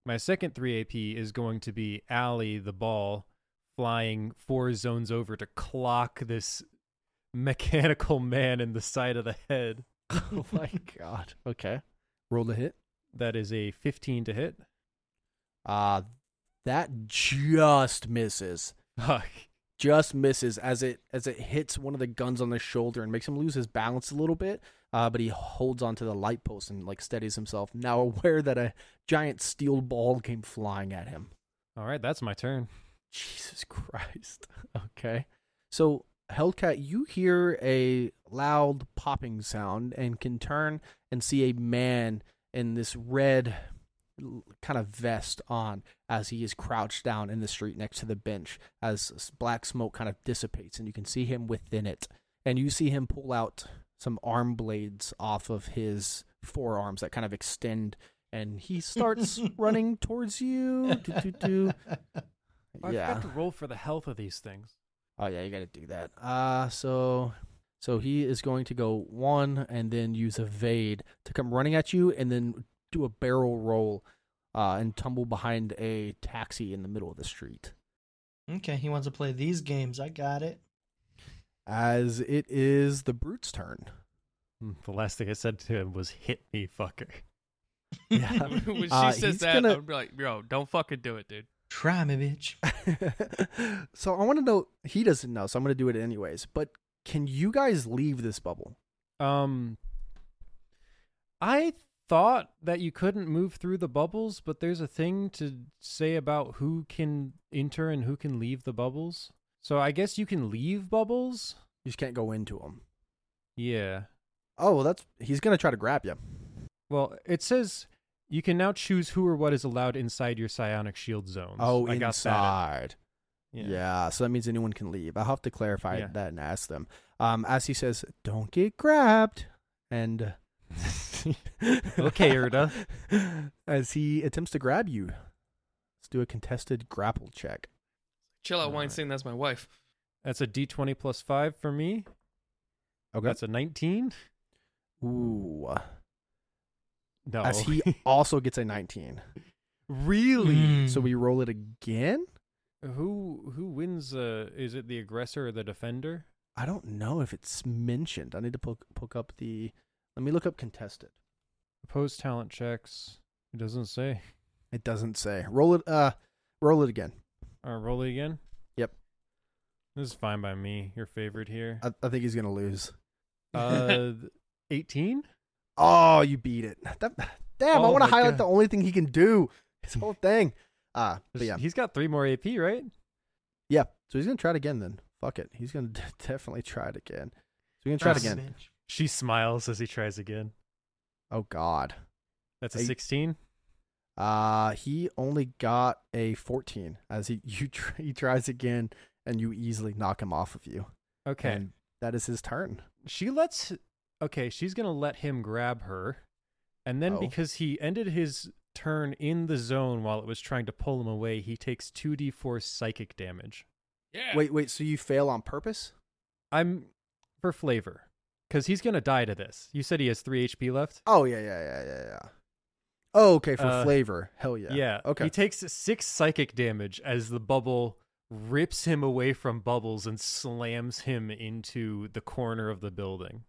B: My second 3 AP is going to be Allie the ball flying four zones over to clock this mechanical man in the side of the head.
A: oh my god. Okay, roll the hit.
B: That is a 15 to hit.
A: Uh that just misses.
B: Fuck.
A: Just misses as it as it hits one of the guns on the shoulder and makes him lose his balance a little bit. Uh, but he holds onto the light post and like steadies himself. Now aware that a giant steel ball came flying at him.
B: All right, that's my turn.
A: Jesus Christ. Okay. So, Hellcat, you hear a loud popping sound and can turn and see a man in this red l- kind of vest on as he is crouched down in the street next to the bench as s- black smoke kind of dissipates and you can see him within it and you see him pull out some arm blades off of his forearms that kind of extend, and he starts running towards you. Do, do, do.
B: I
A: Yeah.
B: forgot to roll for the health of these things.
A: Oh yeah, you got to do that. Uh so so he is going to go one and then use evade to come running at you and then do a barrel roll uh and tumble behind a taxi in the middle of the street.
D: Okay, he wants to play these games. I got it.
A: As it is the brute's turn.
B: Mm, The last thing I said to him was, "Hit me, fucker."
A: Yeah.
C: when she
A: Uh,
C: says
A: he's
C: that,
A: gonna-
C: I'm like, bro, don't fucking do it, dude.
D: Try me, bitch.
A: so I want to know he doesn't know, so I'm going to do it anyways. But can you guys leave this bubble?
B: Um, I thought that you couldn't move through the bubbles, but there's a thing to say about who can enter and who can leave the bubbles. So I guess you can leave bubbles.
A: You just can't go into him.
B: Yeah.
A: Oh, well, that's he's going to try to grab you.
B: Well, it says you can now choose who or what is allowed inside your psionic shield zones.
A: Oh,
B: I got that.
A: inside. Yeah. so that means anyone can leave. I'll have to clarify
B: Yeah.
A: that and ask them. Um, as he says, "Don't get grabbed," and
B: Okay, Erda.
A: as he attempts to grab you, let's do a contested grapple check.
C: Chill out,
B: Alright.
C: Weinstein. That's my wife.
B: That's a d20 plus 5 for me.
A: Okay.
B: That's a 19.
A: Ooh.
B: No.
A: As he also gets a nineteen,
B: really?
D: Hmm.
A: so we roll it again. Hmm.
B: Who who wins uh is it the aggressor or the defender?
A: I don't know if it's mentioned. I need to poke, poke up the. Let me look up contested.
B: Opposed talent checks. It doesn't say.
A: It doesn't say. Roll it. Uh, roll it again.
B: Uh, roll it again.
A: Yep. Uh,
B: This is fine by me. Your favorite here.
A: I, I think he's gonna lose.
B: Uh 18?
A: Oh, you beat it. That, damn, I
B: Oh
A: want to
B: my
A: highlight
B: God.
A: the only thing he can do. His whole thing. Ah, but yeah,
B: He's got 3 more AP, right?
A: yeah. So he's gonna try it again then. Fuck it. He's gonna d- definitely try it again. So he's gonna try it
D: me,
A: again.
D: bitch.
B: She smiles as he tries again.
A: Oh God.
B: That's a
A: Eight.
B: 16.
A: Uh he only got a fourteen as he you tr- he tries again and you easily knock him off of you.
B: Okay.
A: And that is his turn.
B: she lets okay she's gonna let him grab her and then
A: Oh.
B: because he ended his turn in the zone while it was trying to pull him away he takes 2d4 psychic damage
C: Yeah.
A: Wait, wait. So you fail on purpose?
B: i'm for flavor because he's gonna die to this you said he has 3 hp left
A: Oh yeah, yeah, yeah, yeah, yeah. Oh, okay, for
B: Uh,
A: flavor. Hell yeah. Okay.
B: he takes 6 psychic damage as the bubble rips him away from bubbles and slams him into the corner of the building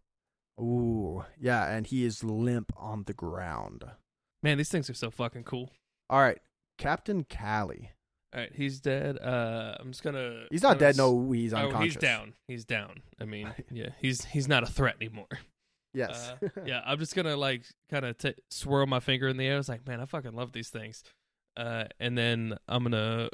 A: Ooh, yeah, and he is limp on the ground.
C: Man, these things are so fucking cool.
A: All right, Captain Callie.
C: All right, he's dead. Uh, I'm just gonna.
A: He's not
C: I'm
A: dead.
C: gonna s-
A: No, he's
C: Oh,
A: unconscious.
C: he's down. He's down. I mean, yeah, he's he's not a threat anymore.
A: Yes.
C: Uh, yeah, I'm just gonna like kind of t- swirl my finger in the air. It's like, man, I fucking love these things. Uh, and then I'm gonna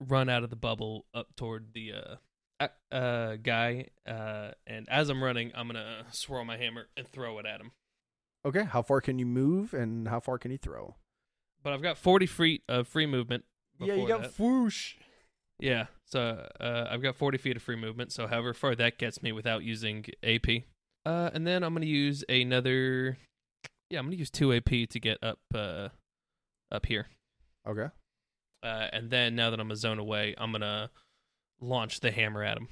C: run out of the bubble up toward the uh, a- uh guy. Uh, and as I'm running, I'm gonna swirl my hammer and throw it at him.
A: okay. How far can you move, and how far can he throw?
C: But I've got 40 feet of free movement. before that.
B: whoosh
C: yeah. So uh, I've got 40 feet of free movement. So however far that gets me without using AP. Uh, and then I'm gonna use another. Yeah, I'm gonna use two AP to get up uh, up here.
A: Okay.
C: Uh, and then now that I'm a zone away, I'm gonna launch the hammer at him.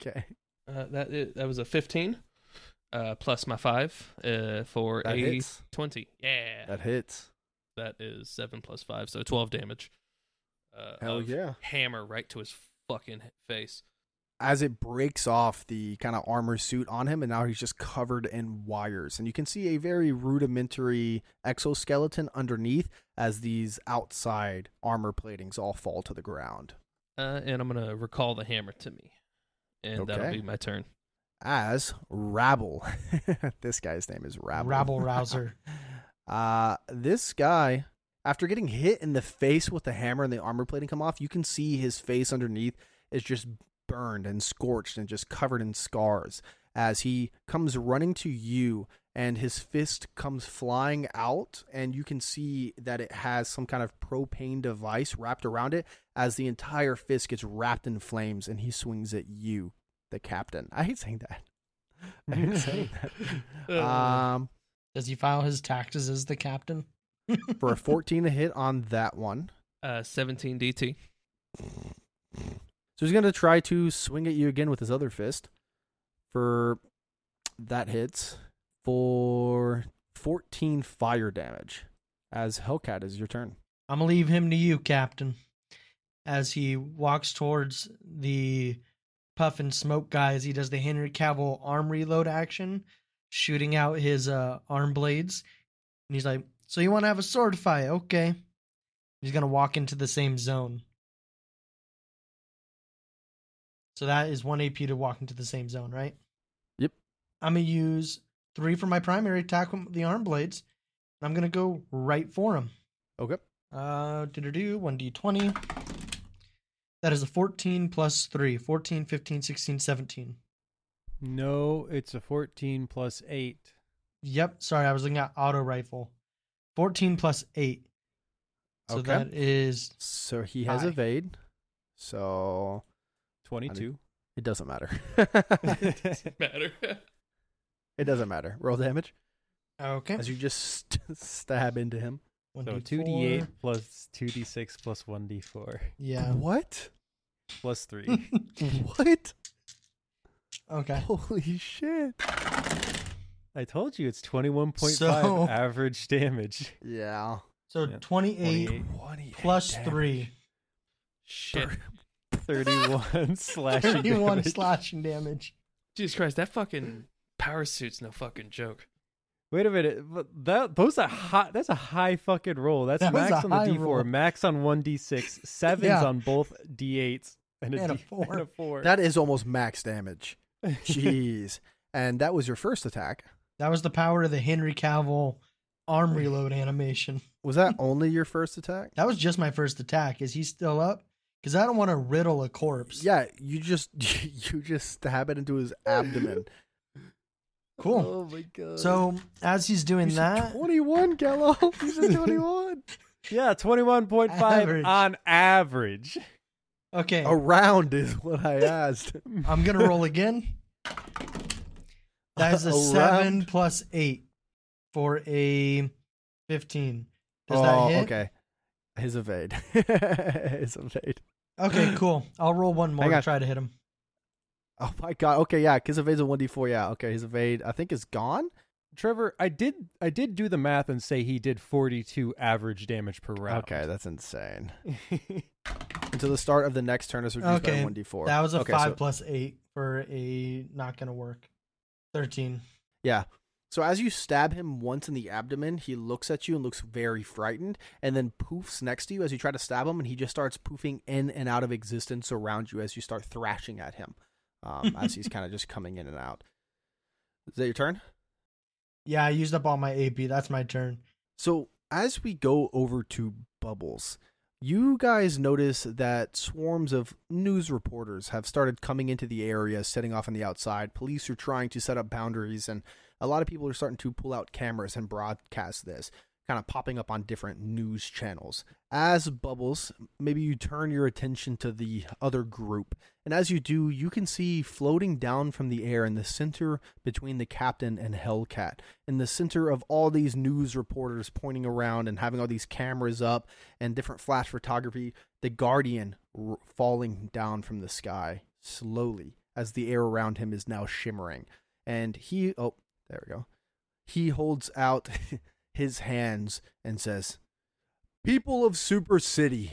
A: Okay.
C: Uh, that i- that was a 15 uh, plus my five uh, for
A: That
C: a
A: hits.
C: 20. Yeah,
A: That hits.
C: that is seven plus five, so 12 damage. Uh,
A: Hell
C: of
A: yeah.
C: Hammer right to his fucking face.
A: As it breaks off the kind of armor suit on him, and now he's just covered in wires. And you can see a very rudimentary exoskeleton underneath as these outside armor platings all fall to the ground.
C: Uh, and I'm gonna recall the hammer to me, and that'll
A: Okay.
C: be my turn.
A: As Rabble. this guy's name is Rabble.
D: Rabble rouser.
A: Uh, this guy, after getting hit in the face with the hammer and the armor plating come off, you can see his face underneath is just burned and scorched and just covered in scars as he comes running to you and his fist comes flying out and you can see that it has some kind of propane device wrapped around it as the entire fist gets wrapped in flames and he swings at you the captain. I hate saying that. I hate saying that. Um,
D: Does he file his taxes as the captain?
A: for a 14 to hit on that one.
C: Uh, 17 DT.
A: So he's going to try to swing at you again with his other fist. For that hits for 14 fire damage. As Hellcat is your turn.
D: I'm gonna leave him to you, Captain. As he walks towards the puff and smoke guys, he does the Henry Cavill arm reload action, shooting out his uh, arm blades. And he's like, "So you want to have a sword fight? Okay." He's gonna walk into the same zone. So that is one AP to walk into the same zone, right?
A: Yep.
D: I'm gonna use three for my primary attack with the arm blades. And I'm gonna go right for him.
A: Okay.
D: Uh, do do do 1d20. That is a 14 plus 3. 14, 15, 16, 17.
B: no, it's a 14 plus 8.
D: Yep, sorry, I was looking at auto rifle. 14 plus 8. So
A: Okay.
D: that is
A: So he has
D: Aye.
A: evade. So
B: 22.
A: it doesn't matter.
C: Matter.
A: it doesn't matter. Roll damage
D: okay.
A: as you just stab into him.
B: So
D: 1d4.
B: 2d8 plus 2d6 plus 1d4
D: Yeah.
A: What?
B: plus 3.
A: Mm-hmm. What?
D: okay.
A: Holy shit.
B: I told you it's 21.5
D: So-
B: average damage.
A: Yeah.
D: So
B: Yeah,
D: 28,
B: 28.
A: 28
D: plus
A: damage.
D: 3.
C: Shit.
B: 31 slashing
D: 31
B: damage.
D: slashing damage.
C: Jesus Christ, that fucking power suit's no fucking joke.
B: Wait a minute. but That those are hot. That's a high fucking roll. That's
D: That was
B: max
D: a
B: on the
D: high
B: D4,
D: roll.
B: max on one D6, sevens
D: Yeah.
B: on both D8s, and a,
D: And a
B: D-
D: four.
B: And a four.
A: That is almost max damage. Jeez. and that was your first attack.
D: That was the power of the Henry Cavill arm reload animation.
A: Was that only your first attack?
D: That was just my first attack. Is he still up? Because I don't want to riddle a corpse.
A: Yeah, you just you just stab it into his abdomen.
D: Cool.
A: my god.
D: So as he's doing
A: He's at
D: that,
A: 21, Gallo. He's at 21.
B: yeah, 21.5
D: Average.
B: on average.
D: okay,
A: Around is what I asked.
D: Oh, I'm gonna roll again. That is a
A: Around.
D: seven plus eight for a fifteen. Does
A: oh,
D: that hit?
A: okay. His evade. his evade.
D: Okay, cool. I'll roll one more
A: Hang
D: to
A: on.
D: try to hit him.
A: Oh my god. Okay, yeah. His evade's a 1d4. Yeah. Okay, his evade, I think, is gone.
B: Trevor, I did I did do the math and say he did 42 average damage per round.
A: Okay, that's insane. Until the start of the next turn is reduced
D: Okay,
A: by 1d4.
D: That was a
A: okay,
D: five
A: so-
D: plus eight for a not gonna work. Thirteen.
A: Yeah. So as you stab him once in the abdomen, he looks at you and looks very frightened, and then poofs next to you as you try to stab him, and he just starts poofing in and out of existence around you as you start thrashing at him, um, as he's kind of just coming in and out. Is that your turn?
D: Yeah, I used up all my AP. That's my turn.
A: So as we go over to Bubbles, you guys notice that swarms of news reporters have started coming into the area, setting off on the outside. Police are trying to set up boundaries, and a lot of people are starting to pull out cameras and broadcast this, kind of popping up on different news channels. As Bubbles, maybe you turn your attention to the other group, and as you do, you can see floating down from the air in the center between the captain and Hellcat, in the center of all these news reporters pointing around and having all these cameras up and different flash photography, the Guardian r- falling down from the sky slowly as the air around him is now shimmering. And he, oh, there we go. He holds out his hands and says, People of Super City,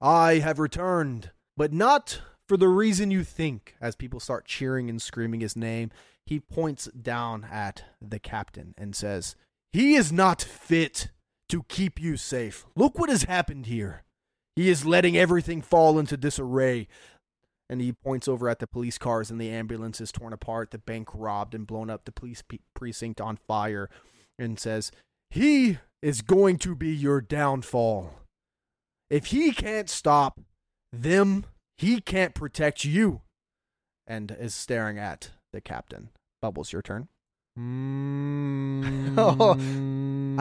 A: I have returned, but not for the reason you think. As people start cheering and screaming his name, he points down at the captain and says, He is not fit to keep you safe. Look what has happened here. He is letting everything fall into disarray. And he points over at the police cars and the ambulances torn apart, the bank robbed and blown up, the police pe- precinct on fire, and says, He is going to be your downfall. If he can't stop them, he can't protect you. And is staring at the captain. Bubbles, your turn.
D: Oh,
A: I would I
D: Hmm.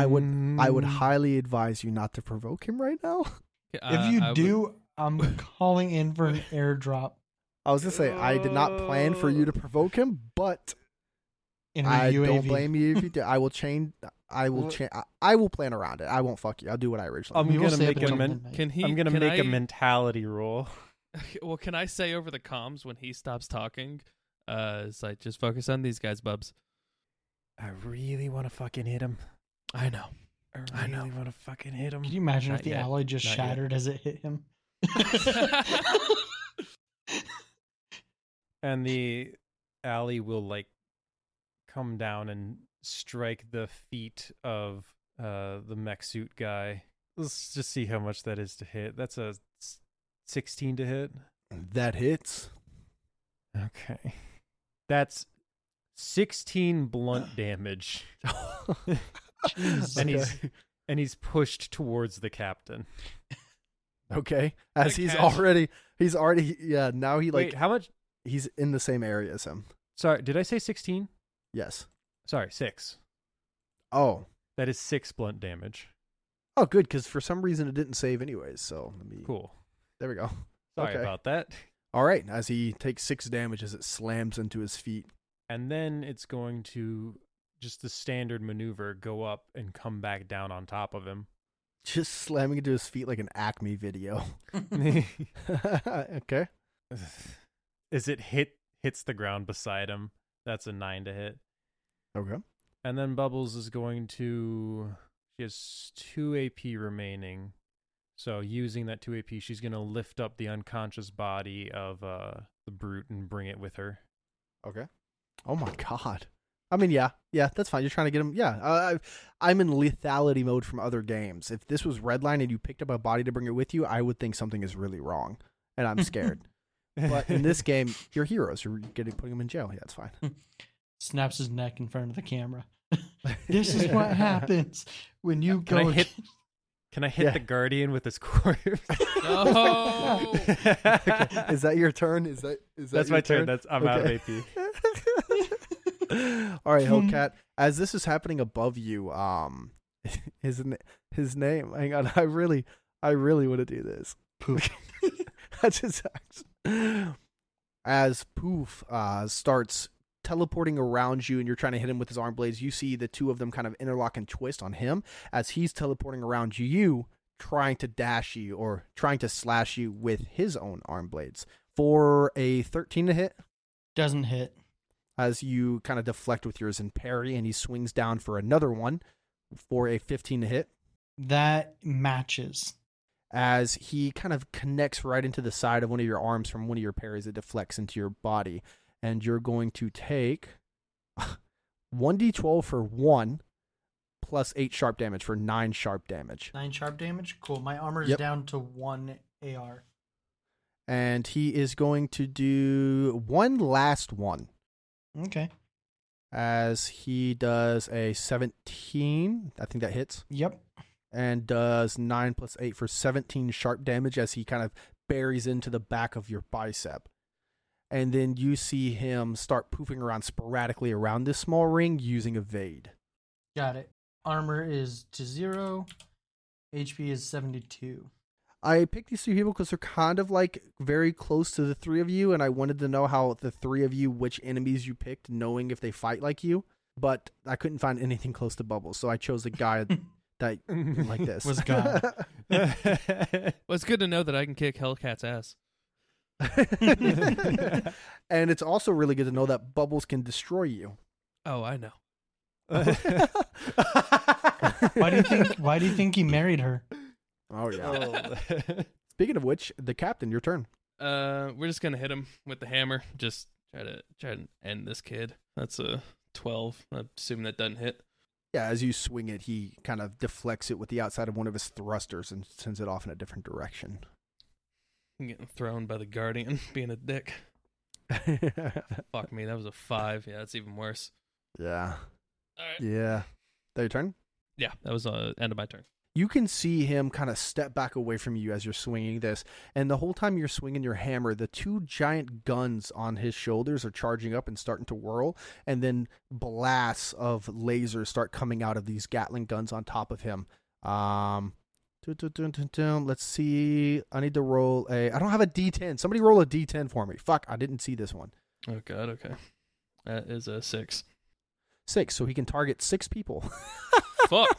A: would
B: Mm.
A: highly advise you not to provoke him right now.
C: Uh,
D: if you
C: I would-
D: do, I'm calling in for an airdrop.
A: I was gonna say I did not plan for you to provoke him, but
D: Oh. in a
A: I
D: UAV.
A: don't blame you if you do. I will chain. I will chain. I, I will plan around it. I won't fuck you. I'll do what I originally.
B: I'm
D: We will
B: gonna
D: stay up
B: make
D: until
B: an amend-
D: midnight.
C: Can he?
B: I'm gonna
C: can
B: make a
C: I-
B: mentality rule.
C: Well, can I say over the comms when he stops talking? Uh, it's like just focus on these guys, bubs.
B: I really want to fucking hit him.
C: I know.
B: I really
C: I know.
B: want to fucking hit him.
D: Can you imagine if
C: Not
D: the
C: yet.
D: alloy just
C: Not yet.
D: shattered as it hit him?
B: And the alley will like come down and strike the feet of uh the mech suit guy. Let's just see how much that is to hit. That's a s- 16 to hit.
A: that hits.
B: Okay. That's 16 blunt damage. and he's
A: Okay.
B: and he's pushed towards the captain.
A: okay. As
C: Like
A: he's
C: casual-
A: already, he's already. Yeah. Now he like
B: Wait, how much?
A: he's in the same area as him.
B: Sorry, did I say 16?
A: Yes.
B: Sorry, 6.
A: Oh.
B: That is 6 blunt damage.
A: Oh, good. Because for some reason it didn't save anyways. So let me.
B: Cool.
A: There we go.
B: Sorry
A: Okay.
B: about that.
A: All right. As he takes six damage as it slams into his feet.
B: And then it's going to just the standard maneuver go up and come back down on top of him.
A: Just slamming into his feet like an Acme video. okay.
B: As it hit hits the ground beside him. That's a 9 to hit.
A: Okay.
B: And then Bubbles is going to. She has two AP remaining. So, using that two AP, she's going to lift up the unconscious body of uh, the brute and bring it with her.
A: Okay. Oh my god. I mean, yeah, yeah, that's fine. You're trying to get him. Yeah, uh, I, I'm in lethality mode from other games. If this was Redline and you picked up a body to bring it with you, I would think something is really wrong, and I'm scared. but in this game, you're heroes. You're getting putting them in jail. Yeah, it's fine.
D: Snaps his neck in front of the camera. this is what happens when you
B: Can I
D: go
B: hit- Can I hit
A: Yeah.
B: the guardian with his corpse?
C: No.
A: Okay, Is Oh. that your turn? Is that is that
B: That's
A: your
B: my turn. That's I'm out of
A: Okay.
B: AP.
A: All right, Hellcat. As this is happening above you, um, his n- his name. Hang on, I really, I really want to do this. Poof. I just as Poof uh, starts teleporting around you, and you're trying to hit him with his arm blades. You see the two of them kind of interlock and twist on him as he's teleporting around you, trying to dash you or trying to slash you with his own arm blades for a 13 to hit
D: doesn't hit.
A: as you kind of deflect with yours and parry, and he swings down for another one for a 15 to hit
D: That matches.
A: as he kind of connects right into the side of one of your arms from one of your parries. It deflects into your body, and you're going to take 1d12 for one plus eight sharp damage for nine sharp damage.
D: Nine sharp damage. Cool. My armor is
A: Yep.
D: down to one AR.
A: And he is going to do one last one
D: Okay.
A: as he does a 17. I think that hits.
D: Yep.
A: and does 9 plus 8 for 17 sharp damage as he kind of buries into the back of your bicep. And then you see him start poofing around sporadically around this small ring using evade.
D: Got it. Armor is to zero. HP is 72.
A: I picked these two people because they're kind of like very close to the three of you, and I wanted to know how the three of you, which enemies you picked, knowing if they fight like you. But I couldn't find anything close to Bubbles, so I chose a guy that like this
D: Was God.
C: Well, it's good to know that I can kick Hellcat's ass.
A: and it's also really good to know that bubbles can destroy you.
C: Oh, I know.
D: Why do you think why do you think he married her?
A: Oh yeah.
B: Oh.
A: Speaking of which, the captain, your turn.
C: Uh, we're just gonna hit him with the hammer. Just try to try to end this kid. That's a twelve. I'm assuming that doesn't hit.
A: Yeah, as you swing it, he kind of deflects it with the outside of one of his thrusters and sends it off in a different direction.
C: I'm getting thrown by the guardian, being a dick. Fuck me, that was a five. Yeah, that's even worse.
A: yeah.
C: All right.
A: Yeah. That your turn?
C: Yeah, that was uh end of my turn.
A: you can see him kind of step back away from you as you're swinging this. And the whole time you're swinging your hammer, the two giant guns on his shoulders are charging up and starting to whirl. And then blasts of lasers start coming out of these Gatling guns on top of him. Um, Dun, dun, dun, dun, dun. Let's see. I need to roll a. I don't have a D10. Somebody roll a D10 for me. Fuck, I didn't see this one.
C: Oh god, okay. That is a six.
A: Six, so he can target six people
C: Fuck.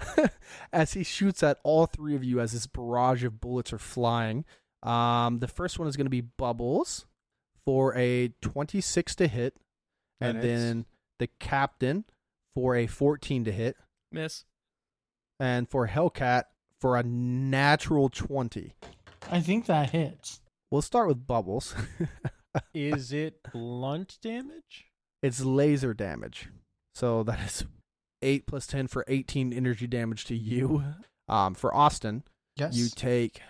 A: as he shoots at all three of you as this barrage of bullets are flying. Um, the first one is going to be Bubbles for a 26 to hit, and
B: That hits.
A: then the Captain for a 14 to hit,
C: Miss.
A: and for Hellcat for a natural 20.
D: I think that hits.
A: We'll start with Bubbles.
B: Is it blunt damage?
A: It's laser damage. So that is 8 plus 10 for 18 energy damage to you. Um, for Austin,
D: Yes.
A: you take,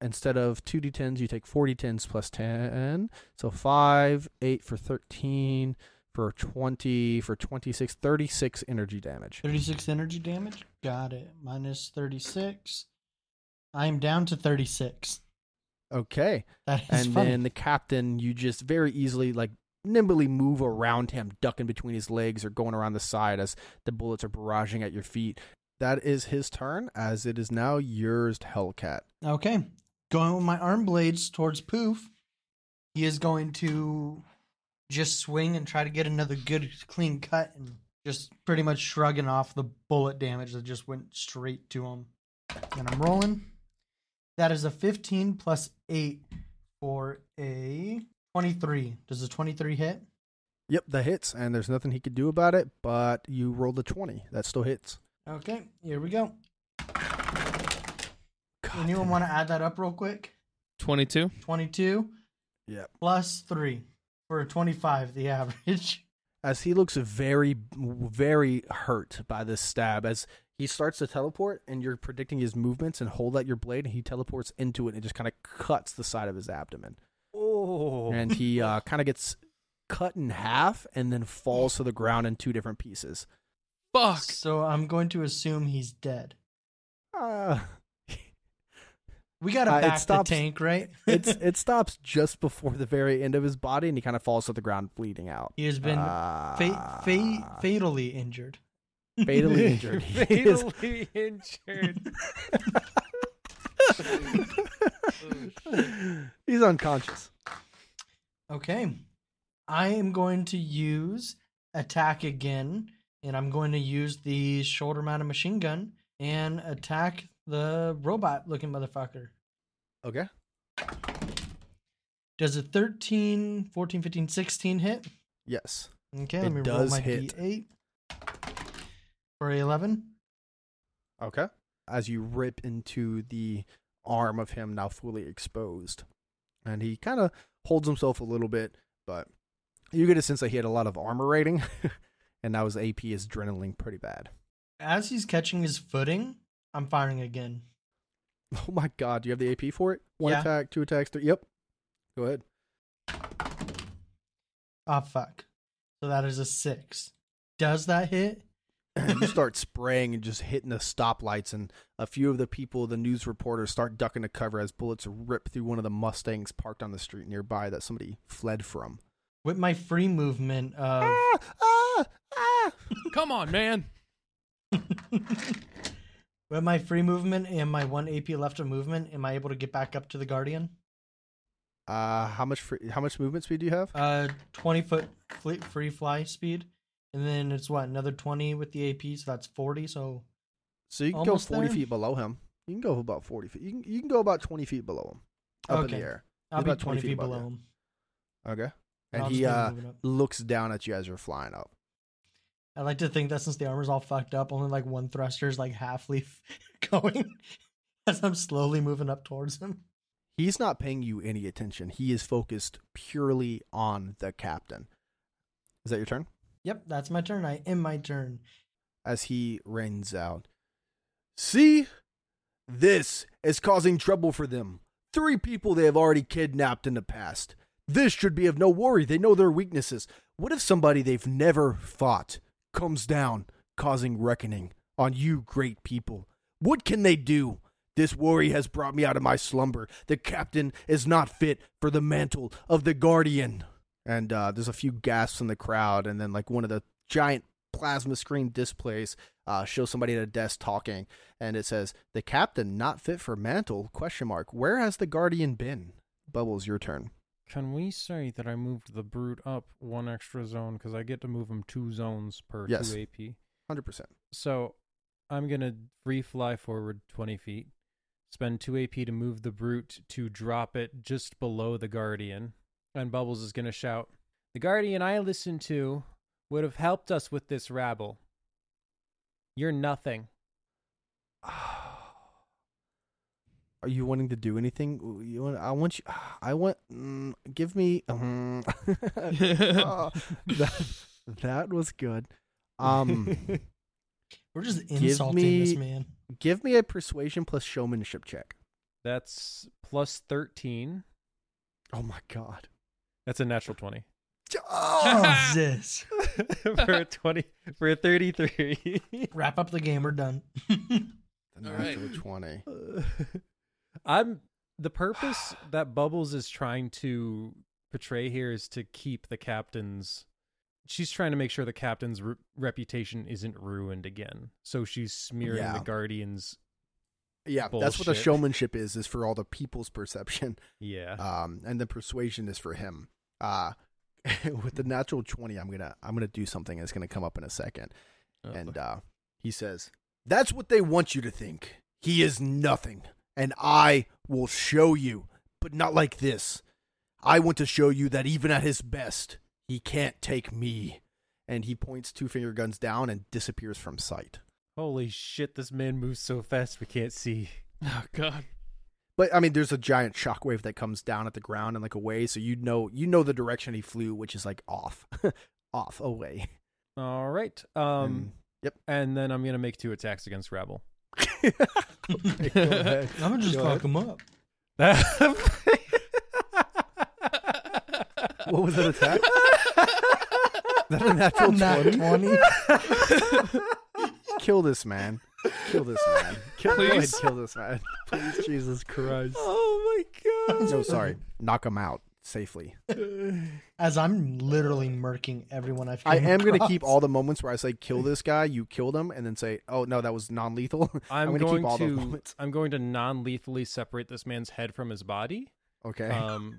A: instead of 2d10s, you take 4d10s plus 10. So 5, 8 for 13, for 20, for 26, 36 energy damage.
D: 36 energy damage? Got it. Minus 36. I'm down to 36.
A: Okay.
D: That is
A: and
D: funny.
A: then the captain, you just very easily, like, nimbly move around him, ducking between his legs or going around the side as the bullets are barraging at your feet. That is his turn, as it is now yours, Hellcat.
D: Okay. Going with my arm blades towards Poof. He is going to just swing and try to get another good clean cut and just pretty much shrugging off the bullet damage that just went straight to him. And I'm rolling. That is a 15 plus 8 for a 23. Does a 23 hit?
A: Yep, that hits, and there's nothing he could do about it, but you rolled a 20. That still hits.
D: Okay, here we go.
A: God,
D: Anyone
A: damn.
D: want to add that up real quick?
C: Twenty two.
D: 22
A: Yep.
D: plus 3 for a 25, the average.
A: as he looks very very hurt by this stab as he starts to teleport and you're predicting his movements and hold out your blade and he teleports into it and just kind of cuts the side of his abdomen
B: Oh.
A: and he uh, kind of gets cut in half and then falls to the ground in two different pieces
C: Fuck.
D: So I'm going to assume he's dead.
A: uh,
D: Ah. We got to
A: Uh, it
D: back
A: stops-
D: the tank, right?
A: it's, it stops just before the very end of his body and he kind of falls to the ground bleeding out
D: he has been fa-
A: Ah.
D: fa- fatally injured.
A: fatally injured He is-
B: Fatally injured.
A: he's unconscious
D: Okay. I am going to use attack again, and I'm going to use the shoulder mounted machine gun and attack the robot looking motherfucker.
A: okay
D: Does a 13, 14, 15, 16 hit?
A: yes
D: Okay,
A: It
D: let me roll
A: does
D: my
A: hit.
D: d8 for a 11.
A: Okay. As you rip into the arm of him, now fully exposed. And he kind of holds himself a little bit, but you get a sense that he had a lot of armor rating, and now his AP is dwindling pretty bad.
D: As he's catching his footing, I'm firing again.
A: Oh my god, do you have the AP for it? One
D: Yeah.
A: attack, two attacks, three. Yep. Go ahead.
D: Ah, fuck. So that is a 6. Does that hit?
A: you start spraying and just hitting the stoplights, and a few of the people, the news reporters, start ducking to cover as bullets rip through one of the Mustangs parked on the street nearby that somebody fled from.
D: With my free movement of.
A: Ah, ah, ah.
C: Come on, man.
D: With my free movement and my 1 AP left of movement, am I able to get back up to the Guardian?
A: Uh, how much free, how much movement speed do you have?
D: Uh, 20 foot fl- free fly speed. And then it's what, another 20 with the AP, so that's 40. So
A: So you can go
D: almost
A: forty
D: there.
A: feet below him. You can go about forty feet. You can you can go about twenty feet below him, up in
D: Okay.
A: the air.
D: I'll
A: About
D: be
A: 20
D: 20
A: feet
D: feet
A: above
D: below
A: you.
D: him.
A: Okay,
D: I'll
A: and
D: just
A: he
D: keep
A: uh
D: moving up.
A: looks down at you as you're flying up.
D: I like to think that since the armor's all fucked up, only like one thruster is like half leaf going as I'm slowly moving up towards him.
A: He's not paying you any attention. He is focused purely on the captain. Is that your turn?
D: Yep, that's my turn. I am my turn.
A: as he rains out. See? This is causing trouble for them. Three people they have already kidnapped in the past. This should be of no worry. They know their weaknesses. What if somebody they've never fought comes down, causing reckoning on you, great people? What can they do? This worry has brought me out of my slumber. The captain is not fit for the mantle of the guardian. And uh, there's a few gasps in the crowd, and then like one of the giant plasma screen displays uh, show somebody at a desk talking, and it says the captain not fit for mantle question mark. Where has the guardian been? Bubbles, your turn.
B: Can we say that I moved the brute up one extra zone because I get to move him two zones per
A: Yes.
B: two AP?
A: Hundred percent.
B: So I'm gonna free fly forward 20 feet, spend two AP to move the brute to drop it just below the guardian, and Bubbles is gonna shout, "The guardian I listened to would have helped us with this rabble. You're nothing."
A: Are you wanting to do anything? You want? I want you. I want. Mm, give me. mm. Ah, that, that was good. Um,
D: We're just
A: Give
D: insulting this
A: me-
D: man.
A: give me a persuasion plus showmanship check.
B: That's plus 13.
A: Oh my god.
B: That's a natural 20
A: Oh!
D: Jesus.
B: for a 20 for a 33.
D: Wrap up the game. We're done.
A: The
C: All right.
A: natural twenty.
B: I'm the purpose that Bubbles is trying to portray here is to keep the captain's. She's trying to make sure the captain's re- reputation isn't ruined again. So she's smearing
A: Yeah.
B: the guardians.
A: Yeah, that's what the
B: Bullshit.
A: showmanship is. Is for all the people's perception.
B: Yeah.
A: um, and the persuasion is for him. Uh, with the natural twenty, I'm gonna I'm gonna do something that's gonna come up in a second.
C: Oh,
A: And
C: boy.
A: uh, he says, "That's what they want you to think. He is nothing, and I will show you, but not like this. I want to show you that even at his best, he can't take me." And he points two finger guns down and disappears from sight.
B: Holy shit! This man moves so fast we can't see.
C: oh god.
A: But I mean, there's a giant shockwave that comes down at the ground in like a way, so you know you know the direction he flew, which is like off, off away.
B: All right.
A: Hmm.
B: Um.
A: yep.
B: And then I'm gonna make two attacks against rabble.
A: Okay, go ahead.
D: I'm gonna just
A: Go
D: fuck
A: ahead.
D: him up.
A: What was that attack? Is that a natural
D: Not
A: twenty?
D: 20.
A: Kill this man. Kill this man. Kill, go ahead,
C: Please.
A: kill this man. Please, Jesus Christ.
B: oh my god.
A: No, sorry. Knock him out safely.
D: As I'm literally murking everyone I've
A: I
D: come
A: am going to
D: across.
A: keep all the moments where I say kill this guy, you killed him, and then say, oh no, that was non-lethal.
B: I'm,
A: gonna
B: going
A: keep all those
B: to
A: moments.
B: I'm going to non-lethally separate this man's head from his body.
A: Okay.
B: Um,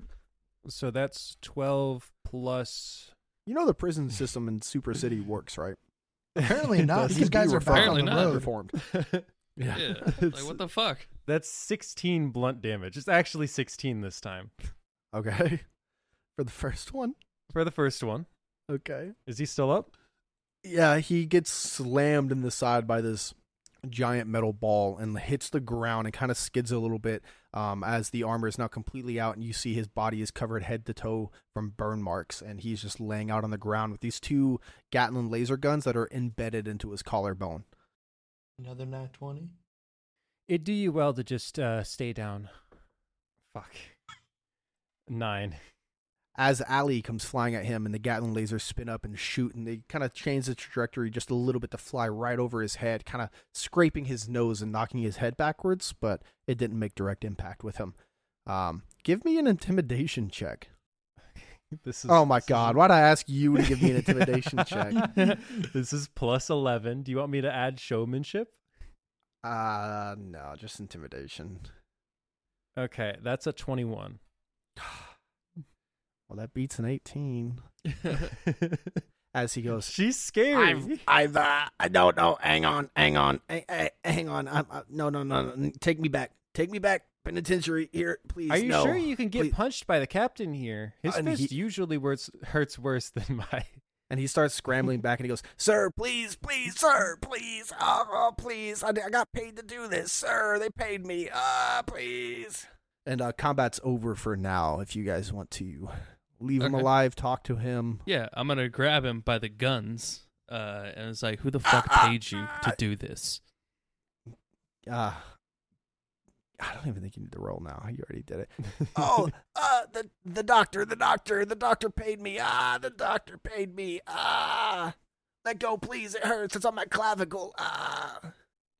B: so that's twelve plus.
A: you know the prison system in Super City works, right?
D: Apparently not.
A: Does
D: These
A: he
D: guys
A: be
D: are back
A: reformed?
D: on the
C: Apparently not.
D: road.
A: Reformed.
C: Yeah. Like what the fuck?
B: that's sixteen blunt damage. It's actually sixteen this time
A: Okay. For the first one.
B: for the first one.
A: Okay.
B: Is he still up?
A: Yeah, he gets slammed in the side by this giant metal ball and hits the ground and kind of skids a little bit um, as the armor is now completely out and you see his body is covered head to toe from burn marks and he's just laying out on the ground with these two Gatlin laser guns that are embedded into his collarbone.
D: Another nat 20.
B: It'd do you well to just uh, stay down. Fuck. Nine.
A: as Ali comes flying at him and the Gatlin lasers spin up and shoot and they kind of change the trajectory just a little bit to fly right over his head, kind of scraping his nose and knocking his head backwards, but it didn't make direct impact with him. Um, give me an intimidation check.
B: This is.
A: Oh my god, why'd I ask you to give me an intimidation check?
B: this is plus eleven. Do you want me to add showmanship?
A: Uh no, just intimidation.
B: Okay, that's a twenty-one.
A: Well that beats an eighteen. As he goes
B: She's scary.
A: I've, I've, uh, I don't know. Hang on, hang on, hang, hang- hang on. I'm, I, no, no, no, no. Take me back. Take me back. Penitentiary here, please.
B: Are you
A: no.
B: sure you can get
A: Please.
B: punched by the captain here? His
A: Uh, and
B: fist
A: he-
B: usually worse, hurts worse than my.
A: And he starts scrambling back, and he goes, "Sir, please, please, sir, please, oh, oh please. I, I got paid to do this, sir. They paid me. Uh, please." And uh, combat's over for now. If you guys want to leave him
C: Okay.
A: alive, talk to him.
C: Yeah, I'm gonna grab him by the guns. Uh, and it's like, who the fuck
A: Ah, ah,
C: paid you to
A: ah.
C: do this?
A: Uh, I don't even think you need to roll now. You already did it. oh, uh, the the doctor, the doctor, the doctor paid me. Ah, the doctor paid me. Ah, let go, please. It hurts. It's on my clavicle. Ah,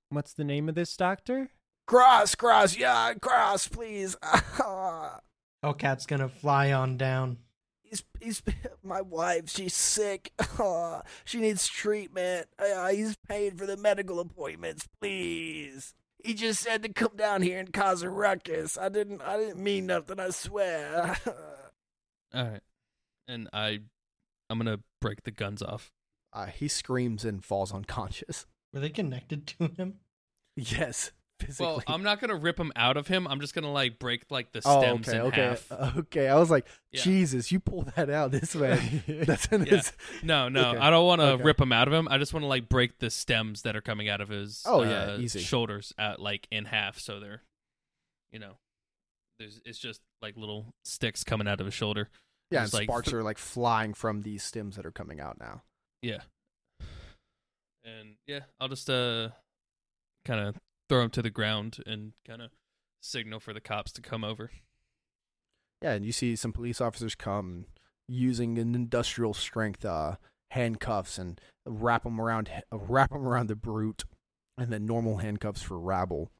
B: What's the name of this doctor?
A: cross, cross, yeah, cross, please. Ah.
D: Hellcat's gonna fly on down.
A: he's, he's my wife. She's sick. Ah, she needs treatment. Ah, he's paying for the medical appointments. Please. He just said to come down here and cause a ruckus. I didn't. I didn't mean nothing. I swear.
C: All right. And I, I'm gonna break the guns off.
A: uh, he screams and falls unconscious.
D: Were they connected to him?
A: Yes, physically.
C: Well, I'm not gonna rip them out of him. I'm just gonna like break like the
A: Oh,
C: stems
A: okay,
C: in
A: okay,
C: half.
A: okay. I was like,
C: Yeah.
A: Jesus, you pull that out this way. That's in
C: Yeah.
A: his.
C: No, no,
A: Okay.
C: I don't want to
A: Okay.
C: rip him out of him. I just want to like break the stems that are coming out of his
A: Oh, yeah,
C: uh,
A: easy.
C: shoulders out like in half, so they're, you know, there's it's just like little sticks coming out of his shoulder.
A: Yeah, and
C: It's like-
A: sparks are like flying from these stems that are coming out now.
C: Yeah, and yeah, I'll just uh, kind of throw him to the ground and kind of signal for the cops to come over.
A: Yeah, and you see some police officers come using an industrial strength uh, handcuffs and wrap them around uh, wrap 'em around the brute, and then normal handcuffs for rabble,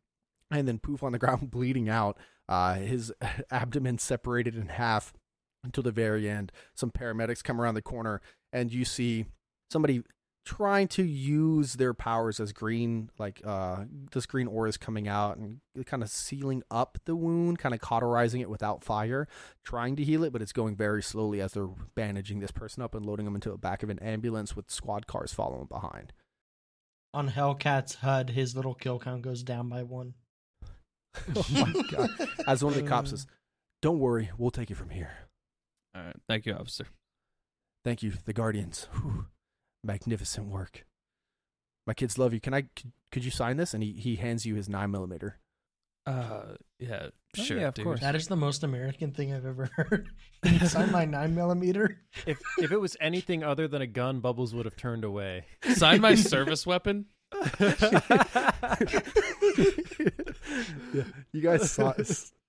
A: and then poof on the ground bleeding out, uh, his abdomen separated in half until the very end. Some paramedics come around the corner, and you see somebody trying to use their powers as green like uh this green aura is coming out and kind of sealing up the wound kind of cauterizing it without fire trying to heal it but it's going very slowly as they're bandaging this person up and loading them into the back of an ambulance with squad cars following behind
D: On Hellcat's HUD, his little kill count goes down by one. Uh,
A: oh my god as one of the cops says don't worry we'll take it from here
C: All right, thank you, officer.
A: thank you the guardians Whew. magnificent work my kids love you can i could, could you sign this and he, he hands you his nine millimeter
C: Uh, yeah,
B: Oh,
C: sure,
B: yeah, of
C: dude.
B: course.
D: That is the most American thing I've ever heard. Can you sign my nine millimeter.
B: If if it was anything other than a gun, Bubbles would have turned away.
C: Sign my service weapon.
A: yeah. You guys saw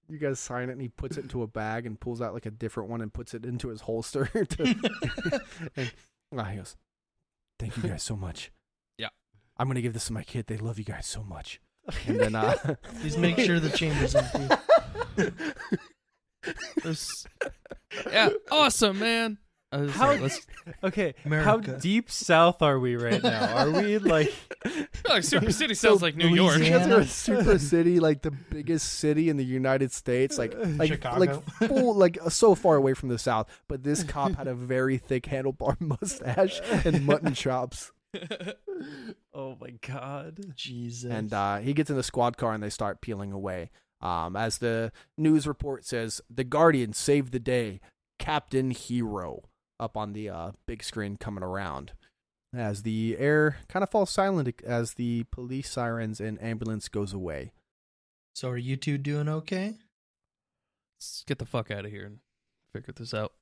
A: you guys sign it and he puts it into a bag and pulls out like a different one and puts it into his holster to, and ah, he goes, Thank you guys so much.
C: Yeah.
A: I'm gonna give this to my kid. They love you guys so much. And then uh
D: Please make sure the chamber's empty.
C: There's- yeah,
A: Oh,
C: awesome, man. I was
B: How-
C: like, let's-
B: okay,
D: America.
B: how deep south are we right now? Are we like
C: I feel like Super City sounds like New York.
A: you guys
D: Louisiana.
A: are a super city, like the biggest city in the United States, like like
D: Chicago.
A: like full, like so far away from the South. But this cop had a very thick handlebar mustache and mutton chops.
B: Oh my god.
D: Jesus.
A: and uh, he gets in the squad car and they start peeling away. Um, as the news report says, the Guardian saved the day, Captain Hero, up on the uh, big screen coming around. As the air kind of falls silent as the police sirens and ambulance goes away.
D: so are you two doing okay?
C: Let's get the fuck out of here and figure this out.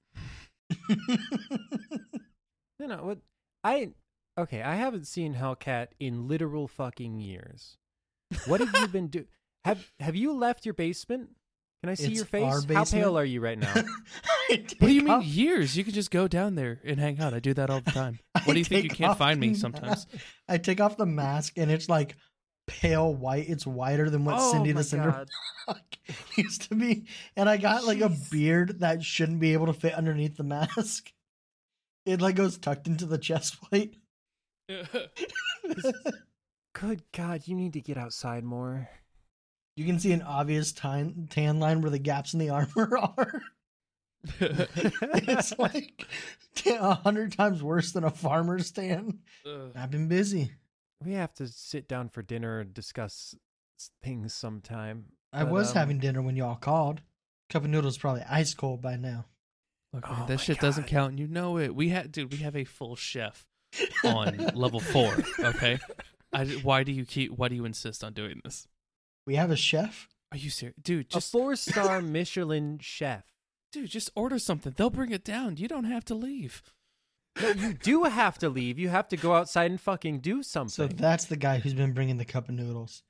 B: You know what I okay, I haven't seen Hellcat in literal fucking years. What have you been do have have you left your basement? Can I see
D: It's
B: your face?
D: our
B: How
D: basement.
B: pale are you right now?
C: What do you mean years? You could just go down there and hang out. I do that all the time. What do you think? You can't find me sometimes.
D: I take off the mask and it's like pale white. It's whiter than what
B: oh
D: Cindy
B: my
D: the Cinder
B: god.
D: used to be. And I got like a
B: Jeez.
D: beard that shouldn't be able to fit underneath the mask. It like goes tucked into the chest plate.
B: Good god, you need to get outside more.
D: you can see an obvious tan, tan line where the gaps in the armor are. it's like a hundred times worse than a farmer's tan. I've been busy.
B: We have to sit down for dinner and discuss s- things sometime.
D: I
B: But,
D: was
B: um,
D: having dinner when y'all called. Cup of noodles probably ice cold by now.
C: Look,
B: Oh
C: man,
B: my
C: that shit doesn't
B: God.
C: count. and You know it. We had, dude. We have a full chef on level four. Okay. I, why do you keep? Why do you insist on doing this?
D: We have a chef.
C: Are you serious, dude?
B: a
C: Just
B: four-star Michelin chef.
C: dude, just order something. They'll bring it down. You don't have to leave.
B: No, you do have to leave. You have to go outside and fucking do
D: So
B: something.
D: that's the guy who's been bringing the cup of noodles.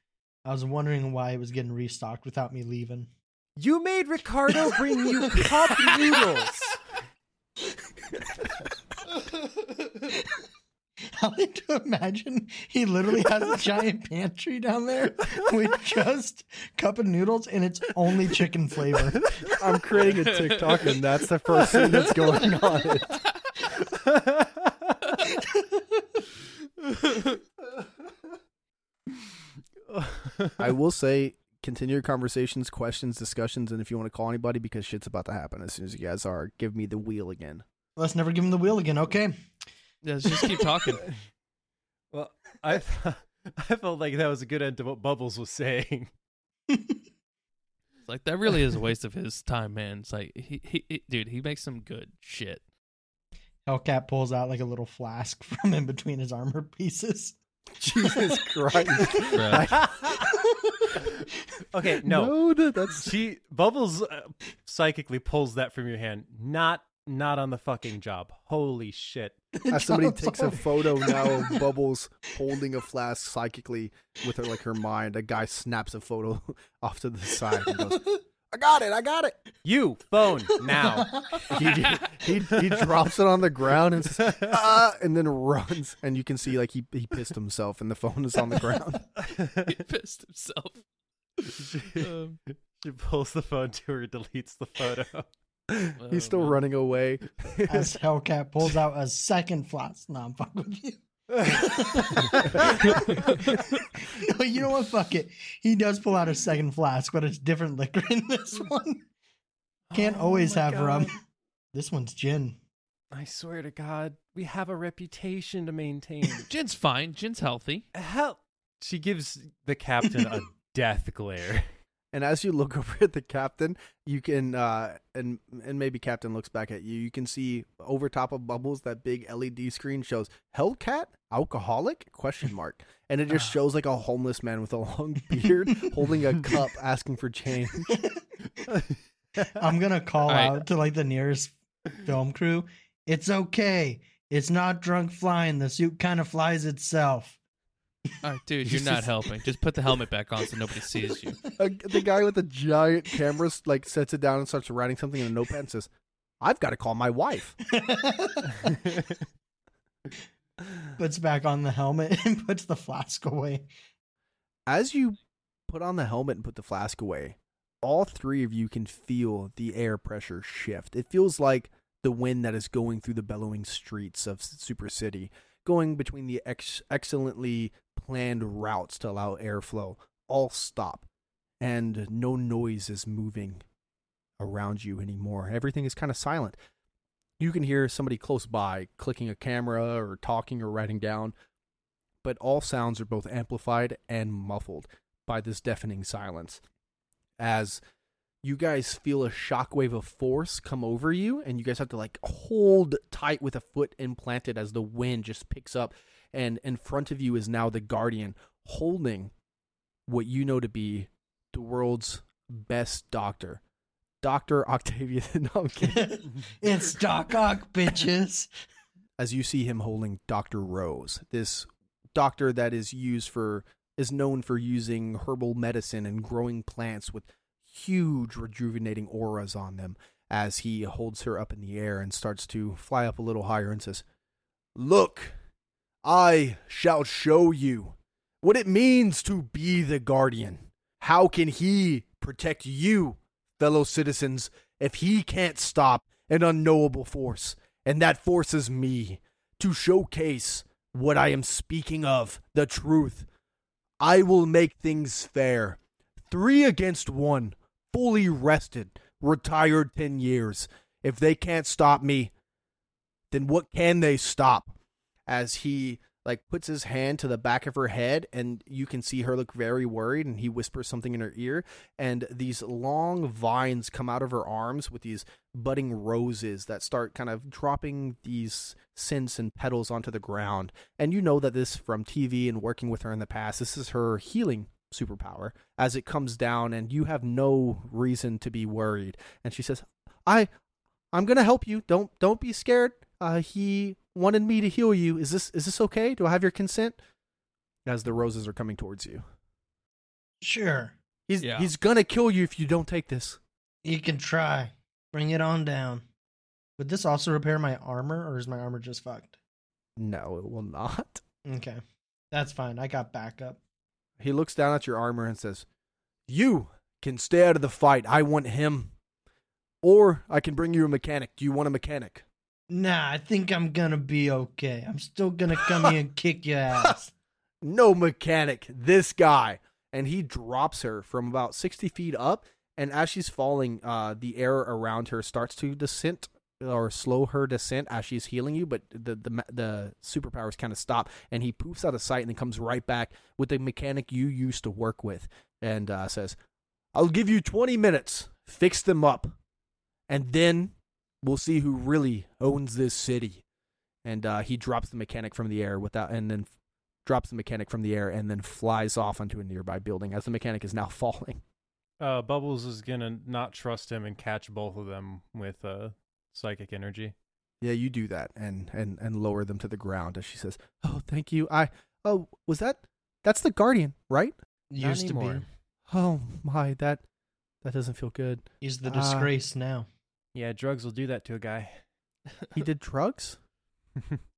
D: I was wondering why it was getting restocked without me leaving.
B: you made Ricardo bring you cup noodles.
D: I like to imagine he literally has a giant pantry down there with just cup of noodles and it's only chicken flavor.
A: I'm creating a TikTok, and that's the first thing that's going on. it. I will say, continue your conversations, questions, discussions, and if you want to call anybody, because shit's about to happen as soon as you guys are, give me the wheel again.
D: Let's never give him the wheel again, okay?
C: Yeah, let's just keep talking.
B: well, I th- I felt like that was a good end to what Bubbles was saying.
C: It's like that really is a waste of his time, man. It's like he, he, he- dude, he makes some good shit.
D: Hellcat pulls out like a little flask from in between his armor pieces.
A: Jesus Christ.
B: okay, no.
A: that- that's
B: She Bubbles uh, psychically pulls that from your hand. Not not on the fucking job. Holy shit.
A: as somebody takes a photo now of Bubbles holding a flask psychically with her like her mind. A guy snaps a photo off to the side and goes, "I got it, I got it."
B: You phone now.
A: He he, he drops it on the ground and says, "Ah," and then runs. And you can see like he he pissed himself and the phone is on the ground.
C: He pissed himself.
B: she,
C: Um,
B: she pulls the phone to her, deletes the photo.
C: oh,
A: He's still
C: man.
A: running away.
D: As Hellcat pulls out a second flask. No, I'm fucking with you. No, you know what? Fuck it. He does pull out a second flask, but it's different liquor in this one. Can't
B: Hmm. Oh
D: always
B: my
D: have rum.
B: God.
D: This one's gin.
B: I swear to God, we have a reputation to maintain.
C: Jin's fine. Jin's healthy.
B: Hell, she gives the captain a death glare.
A: And as you look over at the captain, you can uh and and maybe captain looks back at you. You can see over top of bubbles that big LED screen shows Hellcat alcoholic question mark. And it just shows like a homeless man with a long beard holding a cup asking for change.
D: I'm gonna call
C: All right.
D: out to like the nearest film crew. It's okay. It's not drunk flying. The suit kind of flies itself.
C: All right, dude, you're not helping. Just put the helmet back on so nobody sees you.
A: Uh, the guy with the giant camera like sets it down and starts writing something in a notepad and says, "I've got to call my wife."
D: Puts back on the helmet and puts the flask away.
A: as you put on the helmet and put the flask away, all three of you can feel the air pressure shift. It feels like the wind that is going through the bellowing streets of S- Super City, going between the ex- excellently planned routes to allow airflow, all stop, and no noise is moving around you anymore. Everything is kind of silent. You can hear somebody close by clicking a camera or talking or writing down but all sounds are both amplified and muffled by this deafening silence. As you guys feel a shockwave of force come over you, and you guys have to like hold tight with a foot implanted as the wind just picks up. And in front of you is now the Guardian holding what you know to be the world's best doctor, Dr. Octavia the Duncan.
D: it's Doc Ock, bitches.
A: as you see him holding Dr. Rose, this doctor that is used for is known for using herbal medicine and growing plants with huge rejuvenating auras on them as he holds her up in the air and starts to fly up a little higher and says, "Look, I shall show you what it means to be the guardian. How can he protect you, fellow citizens, if he can't stop an unknowable force? And that forces me to showcase what I am speaking of the truth. I will make things fair. Three against one, fully rested, retired 10 years. If they can't stop me, then what can they stop? As he like puts his hand to the back of her head and you can see her look very worried and he whispers something in her ear and these long vines come out of her arms with these budding roses that start kind of dropping these scents and petals onto the ground. And you know that this from TV and working with her in the past, this is her healing superpower as it comes down and you have no reason to be worried. And she says, "I I'm going to help you. Don't don't be scared. Uh he wanted me to heal you. Is this is this okay? Do I have your consent?" As the roses are coming towards you.
D: Sure,
A: He's
C: Yeah.
A: he's going to kill you if you don't take this.
D: you can try. Bring it on down. Would this also repair my armor, or is my armor just fucked?
A: No, it will not.
D: Okay. That's fine. I got backup.
A: He looks down at your armor and says, You can stay out of the fight. I want him. Or I can bring you a mechanic. Do you want a mechanic?
D: Nah, I think I'm gonna be okay. I'm still gonna come here and kick your ass.
A: No mechanic. This guy. And he drops her from about 60 feet up. And as she's falling, uh, the air around her starts to descent or slow her descent as she's healing you. But the, the, ma- the superpowers kind of stop. And he poofs out of sight and then comes right back with the mechanic you used to work with and uh, says, I'll give you 20 minutes. Fix them up. And then we'll see who really owns this city. And uh, he drops the mechanic from the air without, and then f- drops the mechanic from the air, and then flies off onto a nearby building as the mechanic is now falling.
B: Uh, Bubbles is gonna not trust him and catch both of them with uh, psychic energy.
A: Yeah, you do that, and and and lower them to the ground as she says, "Oh, thank you. I oh was that that's the guardian, right?
B: Not
D: Used to be.
B: anymore.
A: Oh my, that that doesn't feel good.
D: He's the
A: Ah.
D: disgrace now.
B: Yeah, drugs will do that to a guy.
A: He did drugs."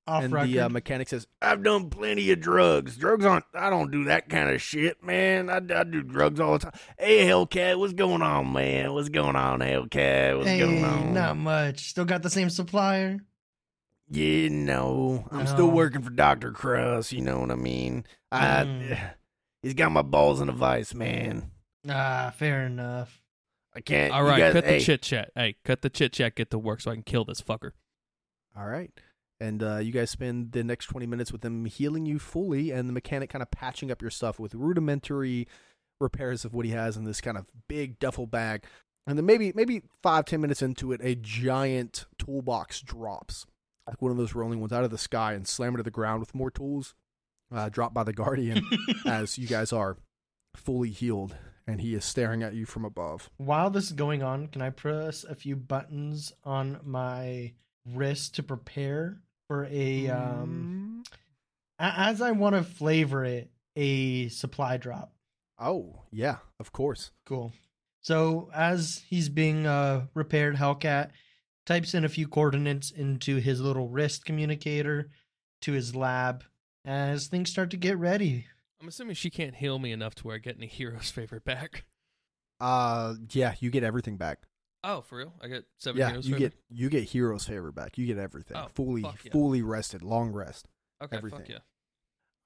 D: Off
A: and
D: record.
A: the uh, mechanic says,
E: I've done plenty of drugs. Drugs aren't. I don't do that kind of shit, man. I, I do drugs all the time. Hey, Hellcat, what's going on, man? What's going on, Hellcat? What's
D: hey,
E: going on?
D: not much. Still got the same supplier.
E: You know, I'm still
D: No.
C: Oh.
E: working for Doctor Crust. You know what I mean? I,
C: Hmm.
D: Mm.
E: he's got my balls in a vice, man.
D: Ah, fair enough.
E: I can't.
C: All
E: you
C: right,
E: guys-
C: cut
E: hey,
C: the chit chat. Hey, cut the chit chat. Get to work so I can kill this fucker.
A: All right. And uh, you guys spend the next 20 minutes with them healing you fully and the mechanic kind of patching up your stuff with rudimentary repairs of what he has in this kind of big duffel bag. And then maybe maybe five, ten minutes into it, a giant toolbox drops. Like one of those rolling ones out of the sky and slammed to the ground with more tools uh, dropped by the guardian as you guys are fully healed. And he is staring at you from above.
D: While this is going on, can I press a few buttons on my wrist to prepare for a um
B: Mm.
D: a- as I want to flavor it a supply drop.
A: Oh, yeah, of course.
D: Cool. So as he's being uh, repaired, Hellcat types in a few coordinates into his little wrist communicator to his lab as things start to get ready.
C: I'm assuming she can't heal me enough to where I get any hero's favor back.
A: Uh, yeah, you get everything back.
C: Oh, for real? I get seven
A: yeah,
C: heroes
A: you
C: favor.
A: get you get hero's favor back. You get everything
C: Oh,
A: fully
C: fuck yeah.
A: fully rested, long rest.
C: okay,
A: everything.
C: fuck yeah.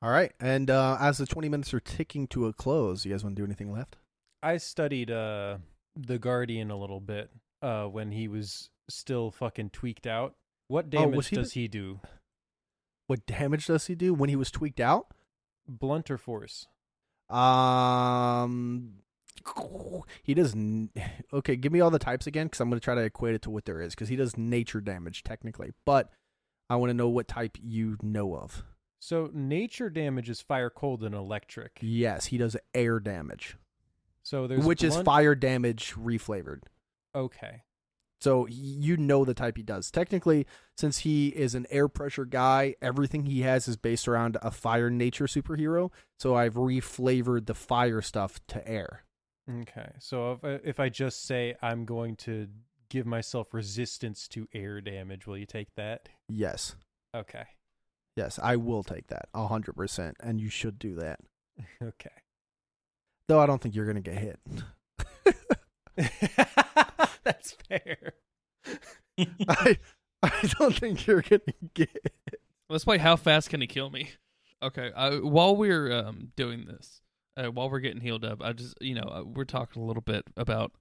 A: All right, and uh, as the twenty minutes are ticking to a close, you guys want to do anything left?
B: I studied uh, the Guardian a little bit uh, when he was still fucking tweaked out. What
A: Oh,
B: damage
A: was he
B: does
A: the-
B: he do?
A: What damage does he do when he was tweaked out?
B: Blunt or force?
A: Um, he does. n- Okay, give me all the types again, because I'm going to try to equate it to what there is, because he does nature damage technically, but I want to know what type you know of.
B: So nature damage is fire, cold, and electric.
A: Yes, he does air damage,
B: So there's
A: which is
B: blunt-
A: fire damage reflavored.
B: Okay.
A: So y- you know the type he does. Technically, since he is an air pressure guy, everything he has is based around a fire nature superhero. So I've reflavored the fire stuff to air.
B: Okay. So if I, if I just say I'm going to give myself resistance to air damage, will you take that?
A: Yes.
B: Okay.
A: Yes, I will take that a 100%. And you should do that.
B: Okay.
A: Though I don't think you're going to get hit.
B: That's fair.
A: I, I don't think you're going to get hit.
C: Let's play. How fast can he kill me? Okay. I, while we're um, doing this, uh, while we're getting healed up, I just you know uh, we're talking a little bit about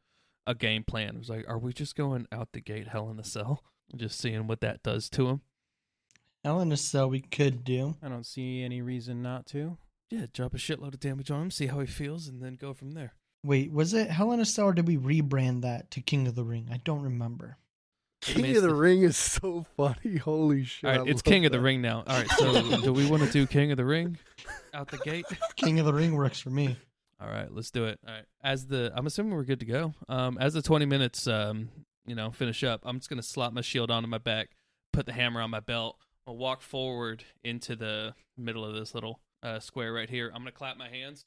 C: a game plan. It was like, are we just going out the gate, hell in a cell, and just seeing what that does to him?
D: Hell in a cell we could do.
B: I don't see any reason not to.
C: Yeah, drop a shitload of damage on him, see how he feels, and then go from there.
D: Wait, was it Hell in a Cell or did we rebrand that to King of the Ring? I don't remember.
A: King
C: missed
A: of the
C: it.
A: Ring is so funny. Holy shit.
C: All
A: I
C: right, it's
A: love
C: King of the
A: that.
C: Ring now. All right, so do we want to do King of the Ring out the gate?
D: King of the Ring works for me.
C: All right, let's do it. All right. As the I'm assuming we're good to go. Um as the 20 minutes um you know finish up, I'm just going to slap my shield onto my back, put the hammer on my belt, I'll walk forward into the middle of this little uh square right here. I'm going to clap my hands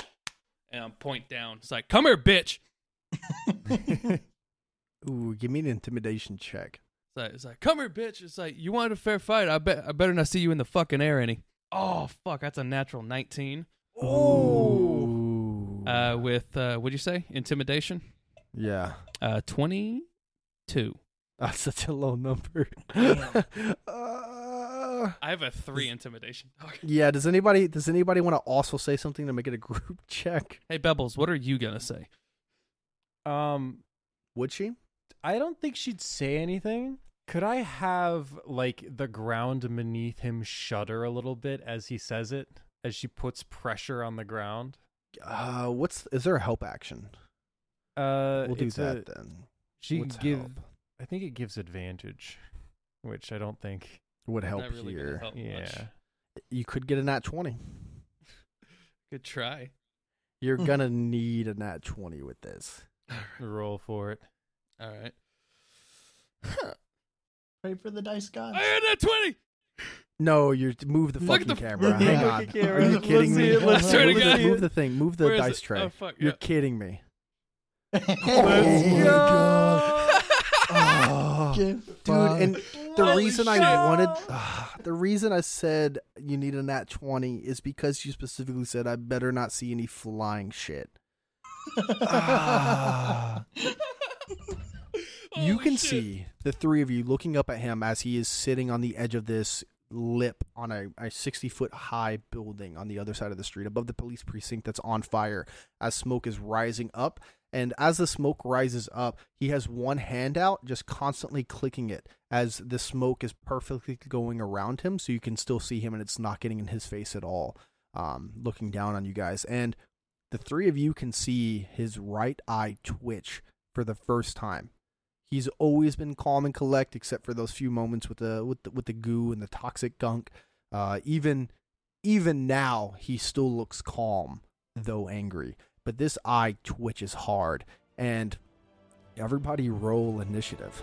C: and I'm point down. It's like, "Come here, bitch."
A: Ooh, give me an intimidation check.
C: like, it's like, come here, bitch. It's like, you wanted a fair fight. I bet I better not see you in the fucking air any. Oh fuck, that's a natural nineteen.
A: Oh.
C: Uh, with uh, what'd you say? Intimidation.
A: Yeah.
C: Uh, twenty-two.
A: That's such a low number. uh,
C: I have a three intimidation.
A: yeah, does anybody does anybody want to also say something to make it a group check?
C: Hey, Bebbles, what are you gonna say?
B: Um,
A: Would she?
B: I don't think she'd say anything. Could I have like the ground beneath him shudder a little bit as he says it, as she puts pressure on the ground?
A: Uh what's is there a help action?
B: Uh,
A: We'll do
B: it's
A: that
B: a-
A: then.
B: she
A: What's
B: give.
A: help?
B: I think it gives advantage, which I don't think.
A: Would help
C: Not really gonna
A: here.
C: help much.
B: yeah.
A: You could get a nat 20.
C: Good try.
A: You're
D: Hmm.
A: going to need a nat 20 with this.
B: Roll for it.
C: All right.
D: Pray for the dice
A: Oh.
D: gods.
C: I had that twenty.
A: No, you move the
C: Look
A: fucking
C: at the-
A: camera.
D: look at
A: Hang
D: the
A: on.
D: camera.
A: Are you
D: Let's
A: kidding
D: see
A: me?
D: it. Let's
C: turn it,
A: move, the,
C: guys.
A: move the thing. Move the
C: Where is
A: dice
C: it?
A: tray.
C: Oh fuck.
A: You're
C: yeah.
A: kidding me.
D: Let's
A: Oh my
D: go.
A: God. Oh.
D: Give
A: Dude,
D: fuck.
A: and the
C: Holy
A: reason
C: shit.
A: I wanted ah, the reason I said you need a nat 20 is because you specifically said I better not see any flying shit. Ah. you
C: Holy
A: can
C: shit.
A: see the three of you looking up at him as he is sitting on the edge of this lip on a, a 60 foot high building on the other side of the street above the police precinct that's on fire as smoke is rising up and as the smoke rises up he has one hand out just constantly clicking it as the smoke is perfectly going around him so you can still see him and it's not getting in his face at all um, looking down on you guys and the three of you can see his right eye twitch for the first time He's always been calm and collect, except for those few moments with the with the, with the goo and the toxic gunk. Uh, even even now, he still looks calm, though angry. But this eye twitches hard, and everybody roll initiative.